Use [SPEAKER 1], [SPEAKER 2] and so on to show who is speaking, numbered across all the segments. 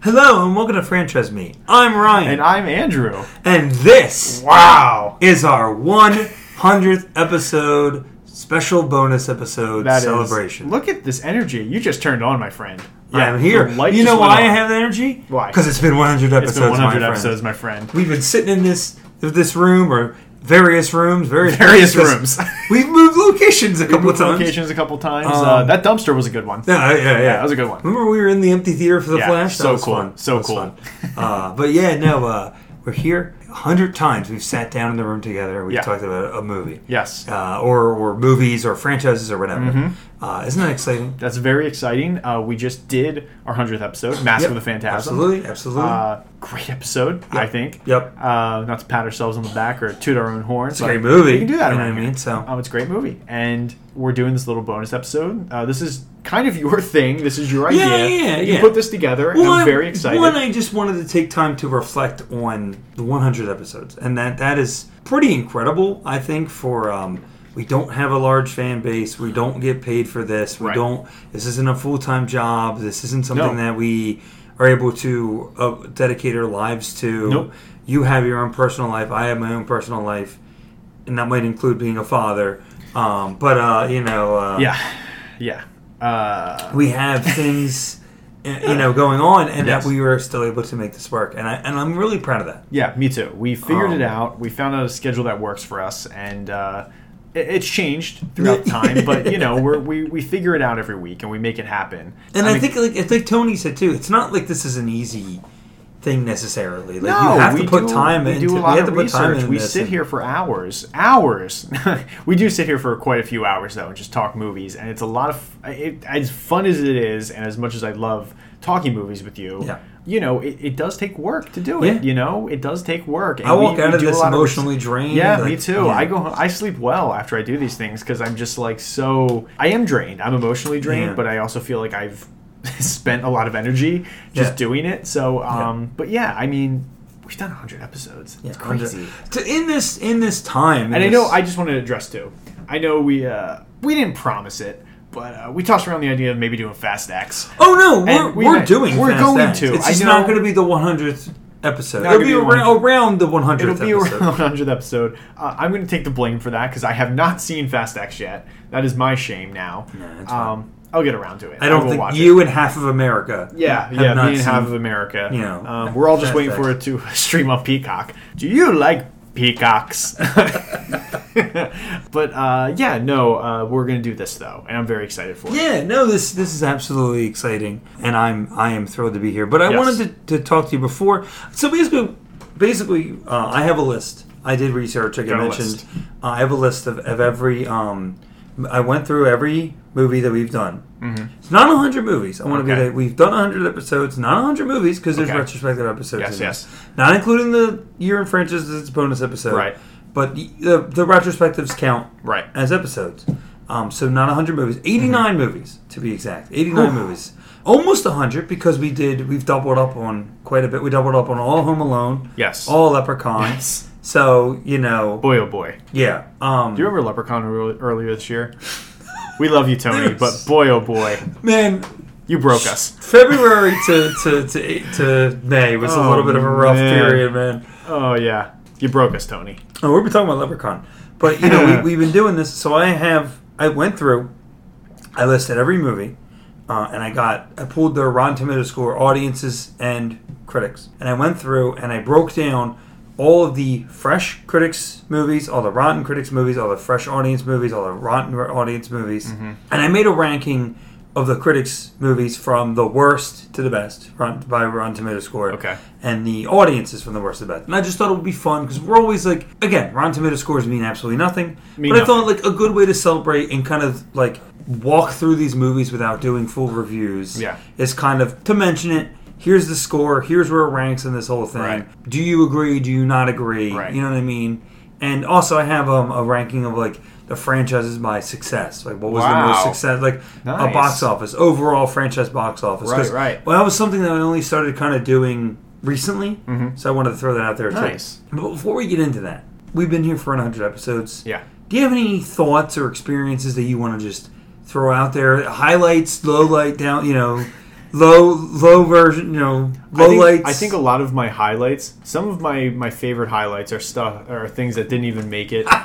[SPEAKER 1] Hello and welcome to Franchise Me. I'm Ryan,
[SPEAKER 2] And I'm Andrew.
[SPEAKER 1] and this
[SPEAKER 2] Wow.
[SPEAKER 1] is our 100th episode special bonus episode
[SPEAKER 2] That is
[SPEAKER 1] celebration.
[SPEAKER 2] Look at this energy. You just turned on, my friend.
[SPEAKER 1] I'm here.
[SPEAKER 2] the light
[SPEAKER 1] You
[SPEAKER 2] just
[SPEAKER 1] know
[SPEAKER 2] went
[SPEAKER 1] why I
[SPEAKER 2] on.
[SPEAKER 1] have the energy?
[SPEAKER 2] Why?
[SPEAKER 1] Because it's been 100 episodes.
[SPEAKER 2] It's been 100
[SPEAKER 1] my friend.
[SPEAKER 2] episodes, my friend.
[SPEAKER 1] We've been sitting in this this room or various rooms, various
[SPEAKER 2] Various
[SPEAKER 1] places.
[SPEAKER 2] rooms.
[SPEAKER 1] We've moved locations a couple
[SPEAKER 2] Moved
[SPEAKER 1] of times.
[SPEAKER 2] locations a couple times. uh,
[SPEAKER 1] Um,
[SPEAKER 2] that dumpster was a good one.
[SPEAKER 1] Yeah, yeah, yeah.
[SPEAKER 2] that was a good one.
[SPEAKER 1] Remember we were in the empty theater for the
[SPEAKER 2] Yeah,
[SPEAKER 1] Flash? That
[SPEAKER 2] so
[SPEAKER 1] was
[SPEAKER 2] cool,
[SPEAKER 1] fun.
[SPEAKER 2] so
[SPEAKER 1] That was
[SPEAKER 2] cool.
[SPEAKER 1] fun. uh, but yeah, no, uh, we're here a hundred times. We've sat down in the room together. We've
[SPEAKER 2] Yeah.
[SPEAKER 1] talked about a movie,
[SPEAKER 2] Yes.
[SPEAKER 1] uh, or or movies or franchises or whatever. Uh, isn't that exciting?
[SPEAKER 2] Mm-hmm. That's very exciting. Uh, we just did our 100th episode, Mask
[SPEAKER 1] Yep.
[SPEAKER 2] of the Phantasm.
[SPEAKER 1] Absolutely, absolutely.
[SPEAKER 2] Uh, great episode, I think.
[SPEAKER 1] Yep.
[SPEAKER 2] Uh, not to pat ourselves on the back or toot our own horn. It's
[SPEAKER 1] a great movie,
[SPEAKER 2] We can do that.
[SPEAKER 1] you know
[SPEAKER 2] around
[SPEAKER 1] what I mean?
[SPEAKER 2] here.
[SPEAKER 1] So-
[SPEAKER 2] um, it's a great movie, and we're doing this little bonus episode. Uh, this is kind of your thing. This is your idea.
[SPEAKER 1] Yeah, yeah,
[SPEAKER 2] You
[SPEAKER 1] yeah.
[SPEAKER 2] put this together. and
[SPEAKER 1] One-
[SPEAKER 2] I'm very excited.
[SPEAKER 1] One, I just wanted to take time to reflect on the 100 episodes, and that that is pretty incredible. I think for um, we don't have a large fan base, we don't get paid for this, we
[SPEAKER 2] Right.
[SPEAKER 1] don't. This isn't a full time job. This isn't something
[SPEAKER 2] No.
[SPEAKER 1] that we are able to uh, dedicate our lives to.
[SPEAKER 2] Nope.
[SPEAKER 1] You have your own personal life. I have my own personal life, and that might include being a father. Um, but uh, you know, uh,
[SPEAKER 2] yeah, yeah. Uh,
[SPEAKER 1] we have things uh, you know going on and
[SPEAKER 2] Yes.
[SPEAKER 1] that we were still able to make this work and I and I'm really proud of that.
[SPEAKER 2] Yeah, me too. We figured
[SPEAKER 1] Um,
[SPEAKER 2] it out. We found out a schedule that works for us, and uh, it, it's changed throughout time. But you know, we're, we we figure it out every week, and we make it happen.
[SPEAKER 1] And I,
[SPEAKER 2] mean,
[SPEAKER 1] think like I think Tony said too, it's not like this is an easy thing necessily. Like
[SPEAKER 2] no,
[SPEAKER 1] you have
[SPEAKER 2] we
[SPEAKER 1] to put
[SPEAKER 2] do,
[SPEAKER 1] time
[SPEAKER 2] we
[SPEAKER 1] into
[SPEAKER 2] do a
[SPEAKER 1] we
[SPEAKER 2] lot
[SPEAKER 1] have to
[SPEAKER 2] of
[SPEAKER 1] put time
[SPEAKER 2] research.
[SPEAKER 1] into
[SPEAKER 2] We
[SPEAKER 1] this
[SPEAKER 2] sit
[SPEAKER 1] and-
[SPEAKER 2] here for hours, hours. we do sit here for quite a few hours though, and just talk movies. And it's a lot of it, as fun as it is, and as much as I love talking movies with you.
[SPEAKER 1] Yeah.
[SPEAKER 2] You know, it, it does take work to do
[SPEAKER 1] Yeah.
[SPEAKER 2] it. You know, it does take work. And
[SPEAKER 1] I walk
[SPEAKER 2] we,
[SPEAKER 1] out
[SPEAKER 2] we
[SPEAKER 1] of
[SPEAKER 2] do a
[SPEAKER 1] this
[SPEAKER 2] lot of res-
[SPEAKER 1] emotionally drained.
[SPEAKER 2] Yeah,
[SPEAKER 1] like,
[SPEAKER 2] me too.
[SPEAKER 1] yeah.
[SPEAKER 2] I go, home, I sleep well after I do these things because I'm just like so. I am drained. I'm emotionally drained,
[SPEAKER 1] Yeah.
[SPEAKER 2] but I also feel like I've spent a lot of energy just
[SPEAKER 1] Yeah.
[SPEAKER 2] doing it. So, um, but yeah, I mean, we've done 100 episodes.
[SPEAKER 1] Yeah,
[SPEAKER 2] it's crazy.
[SPEAKER 1] To, in this in this time, in
[SPEAKER 2] And I
[SPEAKER 1] this-
[SPEAKER 2] know. I just want to address too. I know we uh, we didn't promise it, but uh, we tossed around the idea of maybe doing Fast X.
[SPEAKER 1] Oh no, we're,
[SPEAKER 2] And we-
[SPEAKER 1] we're doing.
[SPEAKER 2] we're
[SPEAKER 1] Fast
[SPEAKER 2] going
[SPEAKER 1] Acts.
[SPEAKER 2] to.
[SPEAKER 1] It's
[SPEAKER 2] I
[SPEAKER 1] just
[SPEAKER 2] know-
[SPEAKER 1] not going to be the 100th episode.
[SPEAKER 2] Not
[SPEAKER 1] It'll
[SPEAKER 2] gonna
[SPEAKER 1] be
[SPEAKER 2] be the
[SPEAKER 1] around, around the 100th
[SPEAKER 2] It'll be
[SPEAKER 1] episode.
[SPEAKER 2] around 100th episode. Uh, I'm going to take the blame for that because I have not seen Fast X yet. That is my shame now.
[SPEAKER 1] that's fine.
[SPEAKER 2] um, I'll get around to it.
[SPEAKER 1] I don't
[SPEAKER 2] will
[SPEAKER 1] think
[SPEAKER 2] watch
[SPEAKER 1] you and half of America.
[SPEAKER 2] It. Yeah,
[SPEAKER 1] have
[SPEAKER 2] yeah.
[SPEAKER 1] not
[SPEAKER 2] Me and
[SPEAKER 1] seen-
[SPEAKER 2] half of America.
[SPEAKER 1] you know,
[SPEAKER 2] um, we're all just
[SPEAKER 1] Fast
[SPEAKER 2] waiting for it to stream on Peacock. Do you like peacocks? but uh, yeah, no. Uh, we're going to do this though, and I'm very excited for it.
[SPEAKER 1] Yeah, no, this this is absolutely exciting, and I'm I am thrilled to be here. But I
[SPEAKER 2] Yes.
[SPEAKER 1] wanted to, to talk to you before. So basically, basically, uh, I have a list. I did research, like I
[SPEAKER 2] Got a
[SPEAKER 1] mentioned.
[SPEAKER 2] list.
[SPEAKER 1] Uh, I have a list of, of every. Um, I went through every movie that we've done. It's not 100 movies. I want to be
[SPEAKER 2] Mm-hmm. Okay.
[SPEAKER 1] that we've done 100 episodes, not 100 movies because there's
[SPEAKER 2] Okay.
[SPEAKER 1] retrospective episodes.
[SPEAKER 2] Yes,
[SPEAKER 1] in
[SPEAKER 2] yes.
[SPEAKER 1] this. Not including the year in franchises it's a bonus episode.
[SPEAKER 2] Right.
[SPEAKER 1] But the, the, the retrospectives count
[SPEAKER 2] Right.
[SPEAKER 1] as episodes. Um, so not 100 movies, 89
[SPEAKER 2] Mm-hmm.
[SPEAKER 1] movies to be exact. 89 movies. Almost 100 because we did we've doubled up on quite a bit. We doubled up on all Home Alone,
[SPEAKER 2] Yes.
[SPEAKER 1] all Leprechaun.
[SPEAKER 2] Yes.
[SPEAKER 1] So, you know,
[SPEAKER 2] Boy, oh boy.
[SPEAKER 1] yeah. Um
[SPEAKER 2] Do you remember Leprechaun earl- earlier this year? We love you, Tony, but
[SPEAKER 1] There's-
[SPEAKER 2] boy, oh boy,
[SPEAKER 1] man,
[SPEAKER 2] you broke us.
[SPEAKER 1] February to to, to, to May was a
[SPEAKER 2] Oh,
[SPEAKER 1] little bit of a rough
[SPEAKER 2] man.
[SPEAKER 1] period, man.
[SPEAKER 2] Oh yeah, you broke us, Tony.
[SPEAKER 1] Oh, we'll be talking about Leprechaun. But you know, we, we've been doing this. So I have, I went through, I listed every movie, uh, and I got, I pulled their Rotten Tomato score, audiences and critics, and I went through and I broke down all of the fresh critics movies, all the Rotten critics movies, all the fresh audience movies, all the Rotten audience movies, and I made a ranking of the critics movies from the worst to the best Rotten- by Rotten Tomato score
[SPEAKER 2] Okay.
[SPEAKER 1] and the audiences from the worst to the best. And I just thought it would be fun because we're always like, again, Rotten Tomato scores mean absolutely nothing.
[SPEAKER 2] Mean
[SPEAKER 1] but I
[SPEAKER 2] nothing.
[SPEAKER 1] thought like a good way to celebrate and kind of like walk through these movies without doing full reviews.
[SPEAKER 2] Yeah.
[SPEAKER 1] is kind of to mention it. Here's the score. Here's where it ranks in this whole thing.
[SPEAKER 2] Right.
[SPEAKER 1] Do you agree? Do you not agree?
[SPEAKER 2] Right.
[SPEAKER 1] You know what I mean. And also, I have um, a ranking of like the franchises by success. Like, what was the most
[SPEAKER 2] Wow.
[SPEAKER 1] success? Like a
[SPEAKER 2] Nice.
[SPEAKER 1] box office overall franchise box office. 'Cause-
[SPEAKER 2] Right, right.
[SPEAKER 1] well, that was something that I only started kind of doing recently, so I wanted to throw that out there too.
[SPEAKER 2] Mm-hmm. Nice.
[SPEAKER 1] But before we get into that, we've been here for 100 episodes.
[SPEAKER 2] Yeah.
[SPEAKER 1] Do you have any thoughts or experiences that you want to just throw out there? Highlights, low light, down, you know, low low version, you know, low
[SPEAKER 2] I think,
[SPEAKER 1] lights.
[SPEAKER 2] I think a lot of my highlights, some of my my favorite highlights are stuff are things that didn't even make it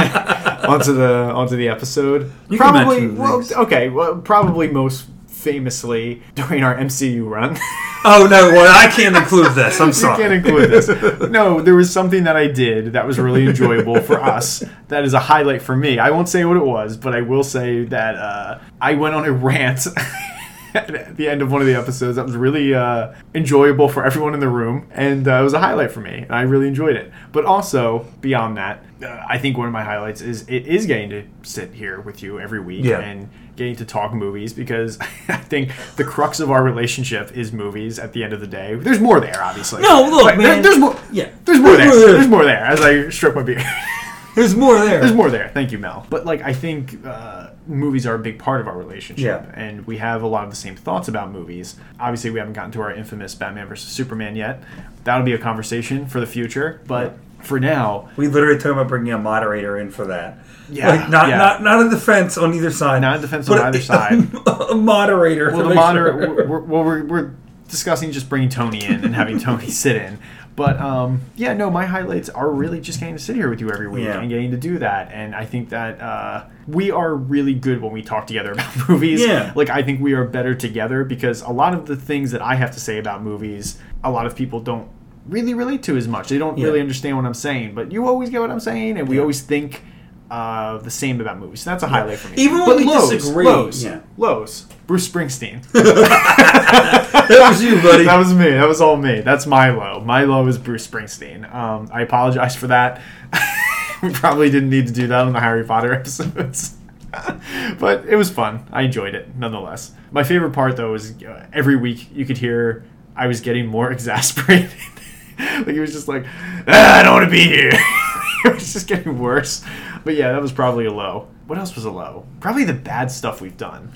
[SPEAKER 2] onto the onto the episode.
[SPEAKER 1] You can
[SPEAKER 2] probably
[SPEAKER 1] mention
[SPEAKER 2] well,
[SPEAKER 1] these.
[SPEAKER 2] okay, well, probably most famously during our MCU run.
[SPEAKER 1] oh no, well, I can't include this. I'm sorry.
[SPEAKER 2] You can't include this. No, there was something that I did that was really enjoyable for us. That is a highlight for me. I won't say what it was, but I will say that uh, I went on a rant at the end of one of the episodes that was really uh, enjoyable for everyone in the room, and uh, it was a highlight for me, and I really enjoyed it. But also beyond that, uh, I think one of my highlights is it is getting to sit here with you every week
[SPEAKER 1] Yeah.
[SPEAKER 2] and getting to talk movies because I think the crux of our relationship is movies at the end of the day. There's more there, obviously.
[SPEAKER 1] No, look,
[SPEAKER 2] But there-
[SPEAKER 1] man.
[SPEAKER 2] there's more.
[SPEAKER 1] Yeah.
[SPEAKER 2] There's more there.
[SPEAKER 1] There's more there.
[SPEAKER 2] There's more there as I stroke my beard.
[SPEAKER 1] There's more there.
[SPEAKER 2] There's more there. Thank you, Mel. But like, I think uh, movies are a big part of our relationship,
[SPEAKER 1] Yeah.
[SPEAKER 2] and we have a lot of the same thoughts about movies. Obviously, we haven't gotten to our infamous Batman versus Superman yet. That'll be a conversation for the future. But for now,
[SPEAKER 1] We literally talking about bringing a moderator in for that.
[SPEAKER 2] Yeah,
[SPEAKER 1] like not
[SPEAKER 2] yeah.
[SPEAKER 1] not not a defense on either side.
[SPEAKER 2] Not a defense
[SPEAKER 1] but
[SPEAKER 2] on either side.
[SPEAKER 1] A moderator.
[SPEAKER 2] well,
[SPEAKER 1] to
[SPEAKER 2] the
[SPEAKER 1] make
[SPEAKER 2] monitor.
[SPEAKER 1] sure.
[SPEAKER 2] We're, we're, we're, we're discussing just bringing Tony in and having Tony sit in. But um, yeah, no, my highlights are really just getting to sit here with you every week
[SPEAKER 1] Yeah.
[SPEAKER 2] and getting to do that. And I think that uh, we are really good when we talk together about movies.
[SPEAKER 1] Yeah.
[SPEAKER 2] Like, I think we are better together because a lot of the things that I have to say about movies, a lot of people don't really relate to as much. They don't
[SPEAKER 1] Yeah.
[SPEAKER 2] really understand what I'm saying, but you always get what I'm saying, and we always think. Uh, the same about movies. That's a highlight for me.
[SPEAKER 1] Even when
[SPEAKER 2] But
[SPEAKER 1] we
[SPEAKER 2] Lowe's,
[SPEAKER 1] disagree,
[SPEAKER 2] Lowe's,
[SPEAKER 1] yeah.
[SPEAKER 2] Lowe's, Bruce Springsteen.
[SPEAKER 1] that was you, buddy.
[SPEAKER 2] That was me. That was all me. That's my low. My low is Bruce Springsteen. Um, I apologize for that. we probably didn't need to do that on the Harry Potter episodes. but it was fun. I enjoyed it nonetheless. My favorite part though was uh, every week you could hear I was getting more exasperated. like it was just like "Ah, I don't want to be here. it was just getting worse. But yeah, that was probably a low. What else was a low? Probably the bad stuff we've done.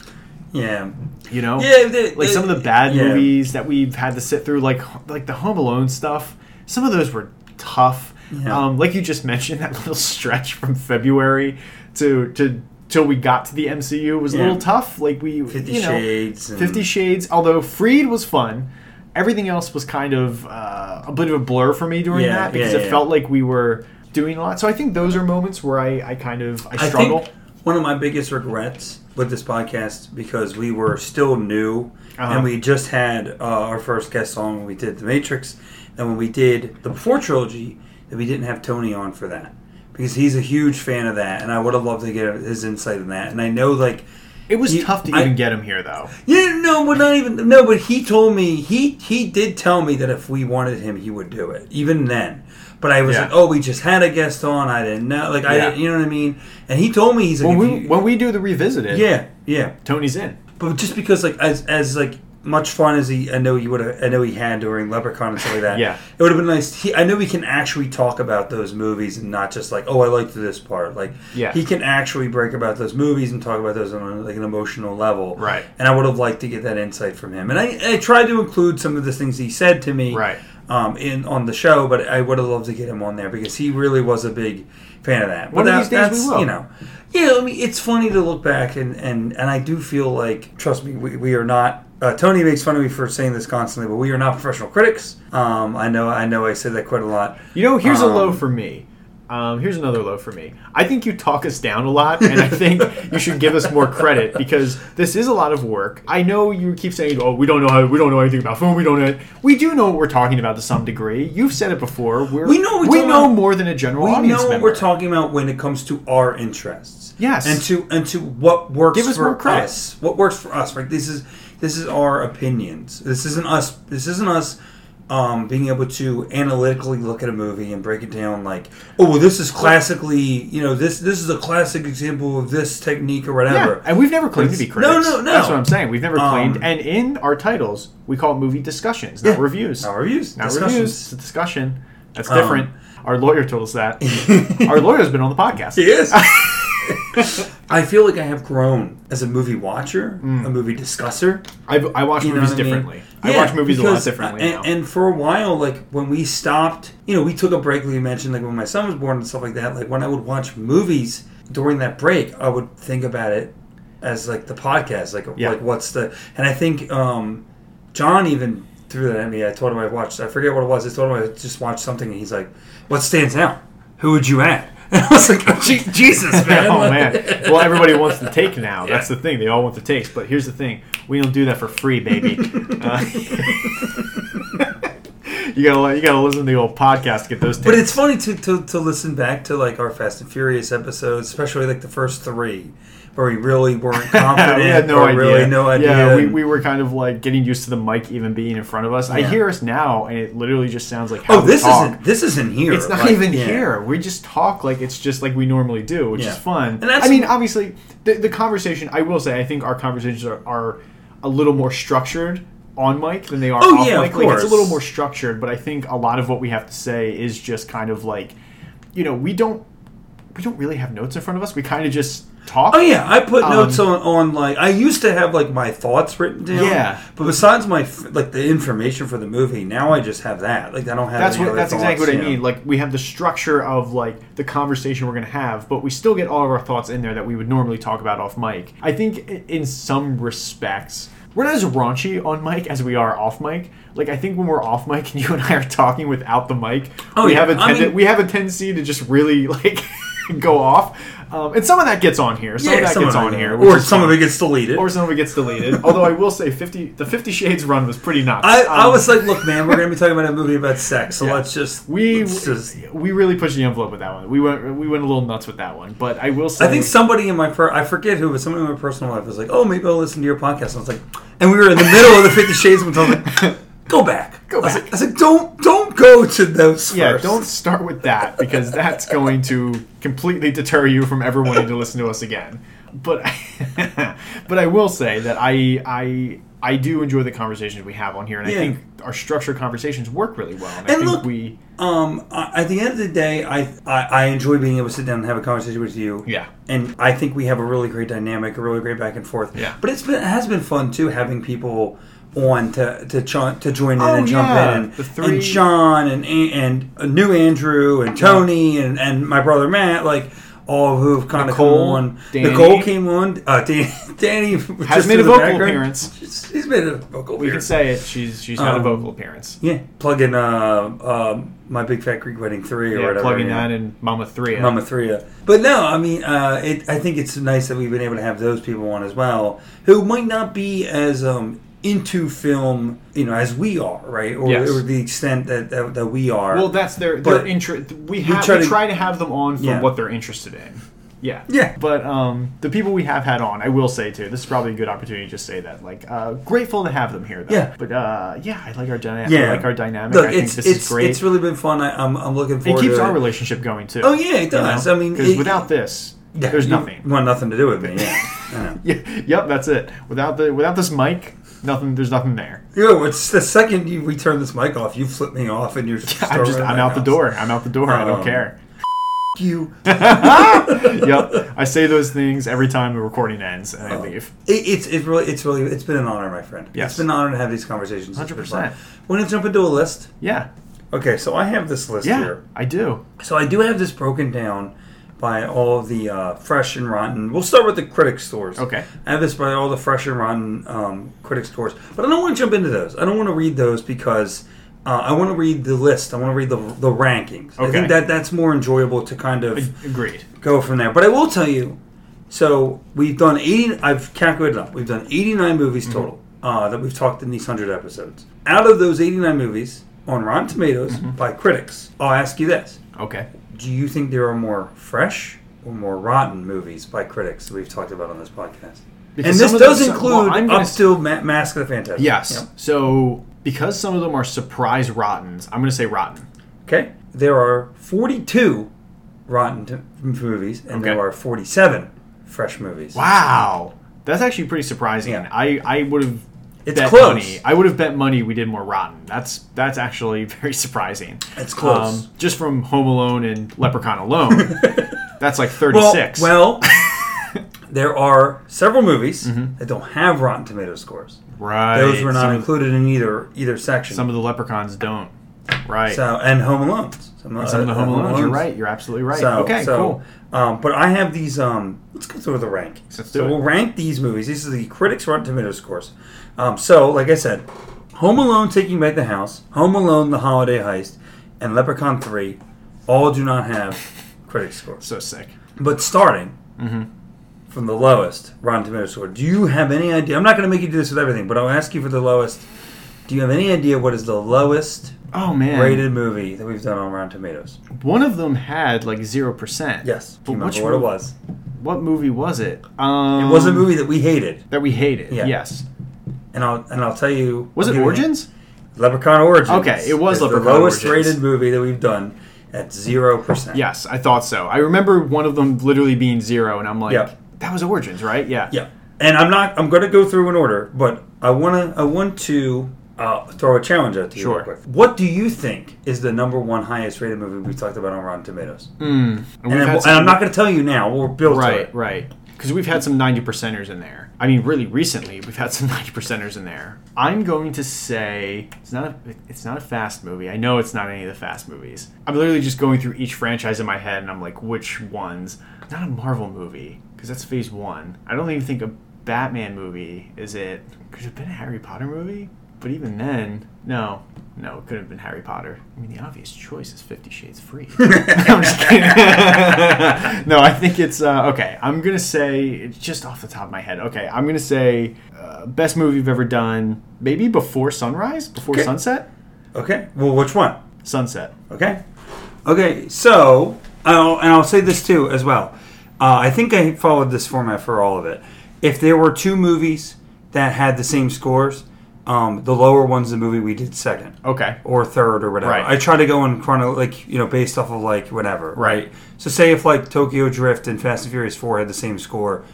[SPEAKER 1] yeah,
[SPEAKER 2] You know?
[SPEAKER 1] yeah. the-
[SPEAKER 2] like some of the bad
[SPEAKER 1] yeah.
[SPEAKER 2] movies that we've had to sit through, like like the Home Alone stuff. Some of those were tough.
[SPEAKER 1] Yeah.
[SPEAKER 2] Um, like you just mentioned, that little stretch from February to to till we got to the MCU was a
[SPEAKER 1] Yeah.
[SPEAKER 2] little tough. Like we,
[SPEAKER 1] Fifty
[SPEAKER 2] you know,
[SPEAKER 1] Shades. and-
[SPEAKER 2] Fifty Shades. Although Freed was fun, everything else was kind of uh, a bit of a blur for me during
[SPEAKER 1] Yeah,
[SPEAKER 2] that because
[SPEAKER 1] yeah,
[SPEAKER 2] it
[SPEAKER 1] yeah.
[SPEAKER 2] felt like we were doing a lot. So I think those are moments where I, I kind of I
[SPEAKER 1] I
[SPEAKER 2] struggle.
[SPEAKER 1] think one of my biggest regrets with this podcast because we were still new
[SPEAKER 2] Uh-huh.
[SPEAKER 1] and we just had uh, our first guest on when we did The Matrix and when we did the before trilogy that we didn't have Tony on for that because he's a huge fan of that and I would have loved to get his insight on that and I know like
[SPEAKER 2] it was
[SPEAKER 1] you-
[SPEAKER 2] tough to
[SPEAKER 1] I-
[SPEAKER 2] even get him here though.
[SPEAKER 1] yeah no but not even no but he told me he he did tell me that if we wanted him he would do it even then. But I was
[SPEAKER 2] Yeah.
[SPEAKER 1] like, oh, we just had a guest on. I didn't know, like, I
[SPEAKER 2] Yeah.
[SPEAKER 1] didn't, you know what I mean. And he told me he's like,
[SPEAKER 2] When
[SPEAKER 1] if
[SPEAKER 2] we
[SPEAKER 1] you-
[SPEAKER 2] when we do the revisited,
[SPEAKER 1] yeah, yeah.
[SPEAKER 2] Tony's in.
[SPEAKER 1] But just because, like, as as like much fun as he, I know you would, have I know he had during Leprechaun and stuff like that.
[SPEAKER 2] Yeah.
[SPEAKER 1] it would have been nice. He, I know we can actually talk about those movies and not just like, oh, I liked this part. Like,
[SPEAKER 2] Yeah.
[SPEAKER 1] he can actually break about those movies and talk about those on like an emotional level.
[SPEAKER 2] Right.
[SPEAKER 1] And I would have liked to get that insight from him. And I, I tried to include some of the things he said to me.
[SPEAKER 2] Right.
[SPEAKER 1] Um, in on the show, but I would have loved to get him on there because he really was a big fan of that.
[SPEAKER 2] One
[SPEAKER 1] but
[SPEAKER 2] of these
[SPEAKER 1] that-
[SPEAKER 2] days we
[SPEAKER 1] that's
[SPEAKER 2] will.
[SPEAKER 1] you know you know, I mean, it's funny to look back and and and I do feel like, trust me, we, we are not. Uh, Tony makes fun of me for saying this constantly, but we are not professional critics. Um, I know, I know, I say that quite a lot.
[SPEAKER 2] You know, here's a low
[SPEAKER 1] Um,
[SPEAKER 2] for me. Um, here's another low for me. I think you talk us down a lot, and I think you should give us more credit because this is a lot of work. I know you keep saying, "Oh, we don't know how, we don't know anything about film. We don't know." We do know what we're talking about to some degree. You've said it before. We're,
[SPEAKER 1] We know what we're
[SPEAKER 2] we
[SPEAKER 1] talking
[SPEAKER 2] know
[SPEAKER 1] about.
[SPEAKER 2] more than a general
[SPEAKER 1] We
[SPEAKER 2] audience
[SPEAKER 1] know what
[SPEAKER 2] member.
[SPEAKER 1] we're talking about when it comes to our interests.
[SPEAKER 2] Yes.
[SPEAKER 1] and to and to what works
[SPEAKER 2] Give us
[SPEAKER 1] for
[SPEAKER 2] more credit.
[SPEAKER 1] us. What works for us, right? This is this is our opinions. This isn't us. This isn't us. Um, being able to analytically look at a movie and break it down, like, oh, well, this is classically, you know, this this is a classic example of this technique or whatever.
[SPEAKER 2] yeah, and we've never claimed to be
[SPEAKER 1] No,
[SPEAKER 2] critics.
[SPEAKER 1] no, no.
[SPEAKER 2] That's what I'm saying. We've never
[SPEAKER 1] Um,
[SPEAKER 2] claimed, and in our titles, we call it movie discussions, not
[SPEAKER 1] Yeah.
[SPEAKER 2] reviews.
[SPEAKER 1] Not reviews. Um,
[SPEAKER 2] Not
[SPEAKER 1] discussions.
[SPEAKER 2] reviews. It's a discussion. That's different. Our lawyer told us that. Our lawyer's been on the podcast.
[SPEAKER 1] He is. I feel like I have grown as a movie watcher,
[SPEAKER 2] Mm.
[SPEAKER 1] a movie discusser.
[SPEAKER 2] I've, I watch
[SPEAKER 1] You know
[SPEAKER 2] movies
[SPEAKER 1] what I mean?
[SPEAKER 2] differently. I
[SPEAKER 1] Yeah,
[SPEAKER 2] watch movies a lot
[SPEAKER 1] because-
[SPEAKER 2] differently
[SPEAKER 1] And,
[SPEAKER 2] now.
[SPEAKER 1] and for a while, like when we stopped, you know, we took a break. Like you mentioned, like when my son was born and stuff like that. Like when I would watch movies during that break, I would think about it as like the podcast, like
[SPEAKER 2] Yeah.
[SPEAKER 1] like what's the. And I think um, John even threw that at me. I told him I watched. I forget what it was. I told him I just watched something, and he's like, "What stands out? Who would you add?" And I was like, oh, Je- "Jesus, man!"
[SPEAKER 2] oh man. Well, everybody wants the take now. That's the thing. They all want the takes. But here's the thing: we don't do that for free, baby. Uh, you gotta you gotta listen to the old podcast to get those takes.
[SPEAKER 1] But it's funny to, to, to listen back to like our Fast and Furious episodes, especially like the first three, where we really weren't confident.
[SPEAKER 2] we had no
[SPEAKER 1] or
[SPEAKER 2] idea.
[SPEAKER 1] Really, no idea.
[SPEAKER 2] Yeah, we, we were kind of like getting used to the mic even being in front of us. I
[SPEAKER 1] Yeah.
[SPEAKER 2] hear us now, and it literally just sounds like how
[SPEAKER 1] oh,
[SPEAKER 2] we
[SPEAKER 1] this
[SPEAKER 2] talk.
[SPEAKER 1] isn't this isn't here.
[SPEAKER 2] It's not
[SPEAKER 1] Like,
[SPEAKER 2] even
[SPEAKER 1] yeah.
[SPEAKER 2] here. We just talk like it's just like we normally do, which
[SPEAKER 1] Yeah.
[SPEAKER 2] is fun.
[SPEAKER 1] And that's-
[SPEAKER 2] I mean, obviously, the, the conversation. I will say, I think our conversations are, are a little more structured on mic than they are
[SPEAKER 1] Oh,
[SPEAKER 2] off
[SPEAKER 1] yeah,
[SPEAKER 2] mic.
[SPEAKER 1] of
[SPEAKER 2] like, it's a
[SPEAKER 1] course.
[SPEAKER 2] little more structured, but I think a lot of what we have to say is just kind of like, you know, we don't we don't really have notes in front of us. We kind of just talk.
[SPEAKER 1] Oh yeah, I put
[SPEAKER 2] Um,
[SPEAKER 1] notes on, on like I used to have like my thoughts written down.
[SPEAKER 2] Yeah.
[SPEAKER 1] But besides my f- like the information for the movie, now I just have that. Like I don't have.
[SPEAKER 2] That's
[SPEAKER 1] any
[SPEAKER 2] what.
[SPEAKER 1] other
[SPEAKER 2] That's exactly
[SPEAKER 1] thoughts,
[SPEAKER 2] what I
[SPEAKER 1] yeah.
[SPEAKER 2] mean. Like we have the structure of like the conversation we're gonna have, but we still get all of our thoughts in there that we would normally talk about off mic. I think i- in some respects. We're not as raunchy on mic as we are off mic. Like I think when we're off mic and you and I are talking without the mic,
[SPEAKER 1] Oh,
[SPEAKER 2] we
[SPEAKER 1] yeah.
[SPEAKER 2] have a
[SPEAKER 1] I
[SPEAKER 2] tenden-
[SPEAKER 1] mean-
[SPEAKER 2] we have a tendency to just really like go off. Um, and some of that gets on here. Some
[SPEAKER 1] Yeah,
[SPEAKER 2] of that
[SPEAKER 1] some
[SPEAKER 2] gets
[SPEAKER 1] of
[SPEAKER 2] on
[SPEAKER 1] it-
[SPEAKER 2] here, which
[SPEAKER 1] or
[SPEAKER 2] is
[SPEAKER 1] some
[SPEAKER 2] fun.
[SPEAKER 1] of it gets deleted.
[SPEAKER 2] or some of it gets deleted. Although I will say, fifty the Fifty Shades run was pretty nuts.
[SPEAKER 1] I, I
[SPEAKER 2] Um,
[SPEAKER 1] was like, look, man, we're gonna be talking about a movie about sex, so let's just
[SPEAKER 2] We
[SPEAKER 1] let's just-
[SPEAKER 2] we really pushed the envelope with that one. We went we went a little nuts with that one, but I will say
[SPEAKER 1] I think somebody in my per- I forget who, but somebody in my personal life was like, "Oh, maybe I'll listen to your podcast." And I was like, and we were in the middle of the Fifty Shades, and I was like, "Go back, go I was
[SPEAKER 2] back.
[SPEAKER 1] like, I was like, "Don't, don't go to those."
[SPEAKER 2] yeah, do
[SPEAKER 1] first.
[SPEAKER 2] don't start with that because that's going to completely deter you from ever wanting to listen to us again. But but I will say that I I I do enjoy the conversations we have on here, and I
[SPEAKER 1] Yeah.
[SPEAKER 2] think our structured conversations work really well. And, I
[SPEAKER 1] And
[SPEAKER 2] think
[SPEAKER 1] look-
[SPEAKER 2] we
[SPEAKER 1] Um, I- at the end of the day, I, I I enjoy being able to sit down and have a conversation with you.
[SPEAKER 2] Yeah.
[SPEAKER 1] and I think we have a really great dynamic, a really great back and forth.
[SPEAKER 2] Yeah.
[SPEAKER 1] but it's been it has been fun too having people on to to, cho- to join in
[SPEAKER 2] Oh,
[SPEAKER 1] and jump
[SPEAKER 2] yeah.
[SPEAKER 1] in and,
[SPEAKER 2] The three-
[SPEAKER 1] and John and and a new Andrew and Tony and and my brother Matt like. All who have kind of come
[SPEAKER 2] Nicole,
[SPEAKER 1] on.
[SPEAKER 2] Danny.
[SPEAKER 1] Nicole came on. Uh, Dan, Danny just
[SPEAKER 2] made
[SPEAKER 1] in the
[SPEAKER 2] a vocal
[SPEAKER 1] background.
[SPEAKER 2] appearance.
[SPEAKER 1] She's, she's made a vocal
[SPEAKER 2] we can
[SPEAKER 1] appearance.
[SPEAKER 2] say it. She's she's had a
[SPEAKER 1] Um,
[SPEAKER 2] vocal appearance.
[SPEAKER 1] Yeah, plug in uh, uh, my Big Fat Greek Wedding three or
[SPEAKER 2] Yeah,
[SPEAKER 1] whatever.
[SPEAKER 2] plugging
[SPEAKER 1] you know.
[SPEAKER 2] that in Mama Three.
[SPEAKER 1] Mama Thria. But no, I mean, uh, it, I think it's nice that we've been able to have those people on as well, who might not be as um, into film, you know, as we are, right? Or,
[SPEAKER 2] Yes.
[SPEAKER 1] or the extent that, that, that we are.
[SPEAKER 2] Well, that's their their
[SPEAKER 1] But
[SPEAKER 2] interest. We have we try,
[SPEAKER 1] try
[SPEAKER 2] to,
[SPEAKER 1] to-
[SPEAKER 2] have them on for
[SPEAKER 1] Yeah.
[SPEAKER 2] what they're interested in. Yeah.
[SPEAKER 1] Yeah.
[SPEAKER 2] But um, the people we have had on, I will say too, this is probably a good opportunity to just say that. Like, uh, grateful to have them here. Though.
[SPEAKER 1] Yeah.
[SPEAKER 2] But uh, yeah, I like our dynamic.
[SPEAKER 1] yeah,
[SPEAKER 2] I like our dynamic.
[SPEAKER 1] Look,
[SPEAKER 2] I think
[SPEAKER 1] it's,
[SPEAKER 2] this
[SPEAKER 1] it's,
[SPEAKER 2] is great.
[SPEAKER 1] It's really been fun. I, I'm, I'm looking
[SPEAKER 2] it
[SPEAKER 1] forward.
[SPEAKER 2] keeps
[SPEAKER 1] to
[SPEAKER 2] our relationship going too.
[SPEAKER 1] Oh, yeah, it does. I mean,
[SPEAKER 2] because
[SPEAKER 1] it-
[SPEAKER 2] without this,
[SPEAKER 1] Yeah,
[SPEAKER 2] there's
[SPEAKER 1] you
[SPEAKER 2] nothing.
[SPEAKER 1] Want nothing to do with me. Yeah. I know.
[SPEAKER 2] Yeah, yep, that's it. Without the without this mic, nothing. There's nothing there.
[SPEAKER 1] Yo, it's the second you, we turn this mic off, you flip me off, and you're just.
[SPEAKER 2] I'm
[SPEAKER 1] throwing it
[SPEAKER 2] just
[SPEAKER 1] in
[SPEAKER 2] I'm
[SPEAKER 1] my
[SPEAKER 2] out the
[SPEAKER 1] house.
[SPEAKER 2] door. I'm out the door. I don't
[SPEAKER 1] Um,
[SPEAKER 2] care.
[SPEAKER 1] F- You.
[SPEAKER 2] yep, I say those things every time the recording ends
[SPEAKER 1] Oh.
[SPEAKER 2] and I leave.
[SPEAKER 1] It, it's it really it's really it's been an honor, my friend.
[SPEAKER 2] Yes.
[SPEAKER 1] It's been an honor to have these conversations. It's been
[SPEAKER 2] 100%.
[SPEAKER 1] fun. We're gonna jump into a list.
[SPEAKER 2] Yeah.
[SPEAKER 1] Okay, so I have this list
[SPEAKER 2] Yeah,
[SPEAKER 1] here.
[SPEAKER 2] I do.
[SPEAKER 1] So I do have this broken down by all of the uh, fresh and rotten. We'll start with the critic scores.
[SPEAKER 2] Okay.
[SPEAKER 1] I have this by all the fresh and rotten um, critic scores, but I don't want to jump into those. I don't want to read those because uh, I want to read the list. I want to read the the rankings. I
[SPEAKER 2] Okay.
[SPEAKER 1] think that that's more enjoyable to kind of
[SPEAKER 2] Agreed.
[SPEAKER 1] go from there. But I will tell you, so we've done eighty. I've calculated up. We've done eighty-nine movies
[SPEAKER 2] Mm-hmm.
[SPEAKER 1] total uh, that we've talked in these hundred episodes. Out of those eighty-nine movies on Rotten Tomatoes
[SPEAKER 2] Mm-hmm.
[SPEAKER 1] by critics, I'll ask you this:
[SPEAKER 2] Okay.
[SPEAKER 1] Do you think there are more fresh or more rotten movies by critics that we've talked about on this podcast?
[SPEAKER 2] Because
[SPEAKER 1] and this
[SPEAKER 2] some of
[SPEAKER 1] does
[SPEAKER 2] those- well,
[SPEAKER 1] include
[SPEAKER 2] I'm gonna
[SPEAKER 1] up
[SPEAKER 2] s-
[SPEAKER 1] to Ma- Mask of the Phantasm.
[SPEAKER 2] Yes.
[SPEAKER 1] Yep.
[SPEAKER 2] So because some of them are surprise rottens, I'm going to say rotten.
[SPEAKER 1] Okay. There are forty-two rotten t- movies, and
[SPEAKER 2] Okay.
[SPEAKER 1] there are forty-seven fresh movies.
[SPEAKER 2] Wow. That's actually pretty surprising.
[SPEAKER 1] Yeah.
[SPEAKER 2] I, I would have
[SPEAKER 1] It's
[SPEAKER 2] bet
[SPEAKER 1] close.
[SPEAKER 2] money. I would have bet money we did more rotten. That's that's actually very surprising. Um,
[SPEAKER 1] It's close.
[SPEAKER 2] just from Home Alone and Leprechaun alone. that's like 36.
[SPEAKER 1] Well, well there are several movies that don't have Rotten Tomato scores.
[SPEAKER 2] right.
[SPEAKER 1] Those were not
[SPEAKER 2] Mm-hmm. some, of,
[SPEAKER 1] included in either either section.
[SPEAKER 2] some of the leprechauns don't. Right.
[SPEAKER 1] so and Home Alone. Some,
[SPEAKER 2] some of the
[SPEAKER 1] uh,
[SPEAKER 2] Home Alones. You're
[SPEAKER 1] Alones.
[SPEAKER 2] right. You're absolutely right.
[SPEAKER 1] So,
[SPEAKER 2] okay,
[SPEAKER 1] so,
[SPEAKER 2] cool.
[SPEAKER 1] Um, but I have these. Um, let's go through the rankings.
[SPEAKER 2] Let's do
[SPEAKER 1] so
[SPEAKER 2] it.
[SPEAKER 1] we'll rank these movies. These are the critics' Rotten Tomato scores. Um, so, like I said, Home Alone Taking Back the House, Home Alone The Holiday Heist, and Leprechaun 3 all do not have critic scores.
[SPEAKER 2] So sick.
[SPEAKER 1] But starting
[SPEAKER 2] Mm-hmm.
[SPEAKER 1] from the lowest Rotten Tomato score, do you have any idea? I'm not going to make you do this with everything, but I'll ask you for the lowest. Do you have any idea what is the lowest
[SPEAKER 2] Oh man.
[SPEAKER 1] rated movie that we've done on Rotten Tomatoes?
[SPEAKER 2] One of them had like zero percent.
[SPEAKER 1] Yes. Do you
[SPEAKER 2] But which
[SPEAKER 1] remember what it
[SPEAKER 2] one-
[SPEAKER 1] was?
[SPEAKER 2] What movie was it? Um,
[SPEAKER 1] It was a movie that we hated,
[SPEAKER 2] that we hated.
[SPEAKER 1] Yeah.
[SPEAKER 2] Yes.
[SPEAKER 1] and I'll and I'll tell you.
[SPEAKER 2] Was
[SPEAKER 1] I'll
[SPEAKER 2] it
[SPEAKER 1] give you a hint.
[SPEAKER 2] Origins?
[SPEAKER 1] Leprechaun Origins.
[SPEAKER 2] Okay, it was
[SPEAKER 1] It's The
[SPEAKER 2] Leprechaun
[SPEAKER 1] lowest
[SPEAKER 2] Origins.
[SPEAKER 1] rated movie that we've done at zero percent.
[SPEAKER 2] Yes, I thought so. I remember one of them literally being zero, and I'm like,
[SPEAKER 1] Yeah.
[SPEAKER 2] that was Origins, right? Yeah.
[SPEAKER 1] Yeah, and I'm not. I'm going to go through in order, but I wanna. I want to uh, throw a challenge out to you.
[SPEAKER 2] Sure.
[SPEAKER 1] real quick. What do you think is the number one highest rated movie we talked about on Rotten Tomatoes?
[SPEAKER 2] Hmm.
[SPEAKER 1] And,
[SPEAKER 2] And, we've
[SPEAKER 1] I'm,
[SPEAKER 2] had
[SPEAKER 1] and
[SPEAKER 2] some-
[SPEAKER 1] I'm not going to tell you now. We'll build to
[SPEAKER 2] Right,
[SPEAKER 1] it.
[SPEAKER 2] right. Because we've had some 90 percenters in there. I mean, really recently, we've had some 90 percenters in there. I'm going to say it's not a, it's not a fast movie. I know it's not any of the fast movies. I'm literally just going through each franchise in my head, and I'm like, which ones? It's not a Marvel movie because that's Phase One. I don't even think a Batman movie is it. Could it have been a Harry Potter movie? But even then, no, no, it couldn't have been Harry Potter. I mean, the obvious choice is Fifty Shades Free. I'm just kidding. no, I think it's uh, okay. I'm gonna say it's just off the top of my head. Okay, I'm gonna say uh, best movie you've ever done. Maybe before sunrise, before
[SPEAKER 1] Okay.
[SPEAKER 2] sunset,
[SPEAKER 1] Okay. Well, which one?
[SPEAKER 2] sunset.
[SPEAKER 1] Okay. Okay. So, I'll, and I'll say this too as well. Uh, I think I followed this format for all of it. If there were two movies that had the same scores, um, the lower one's the movie we did second
[SPEAKER 2] Okay,
[SPEAKER 1] or third or whatever.
[SPEAKER 2] Right.
[SPEAKER 1] I try to go in chrono, like you know, based off of like whatever.
[SPEAKER 2] Right.
[SPEAKER 1] So say if like Tokyo Drift and Fast and Furious Four had the same score,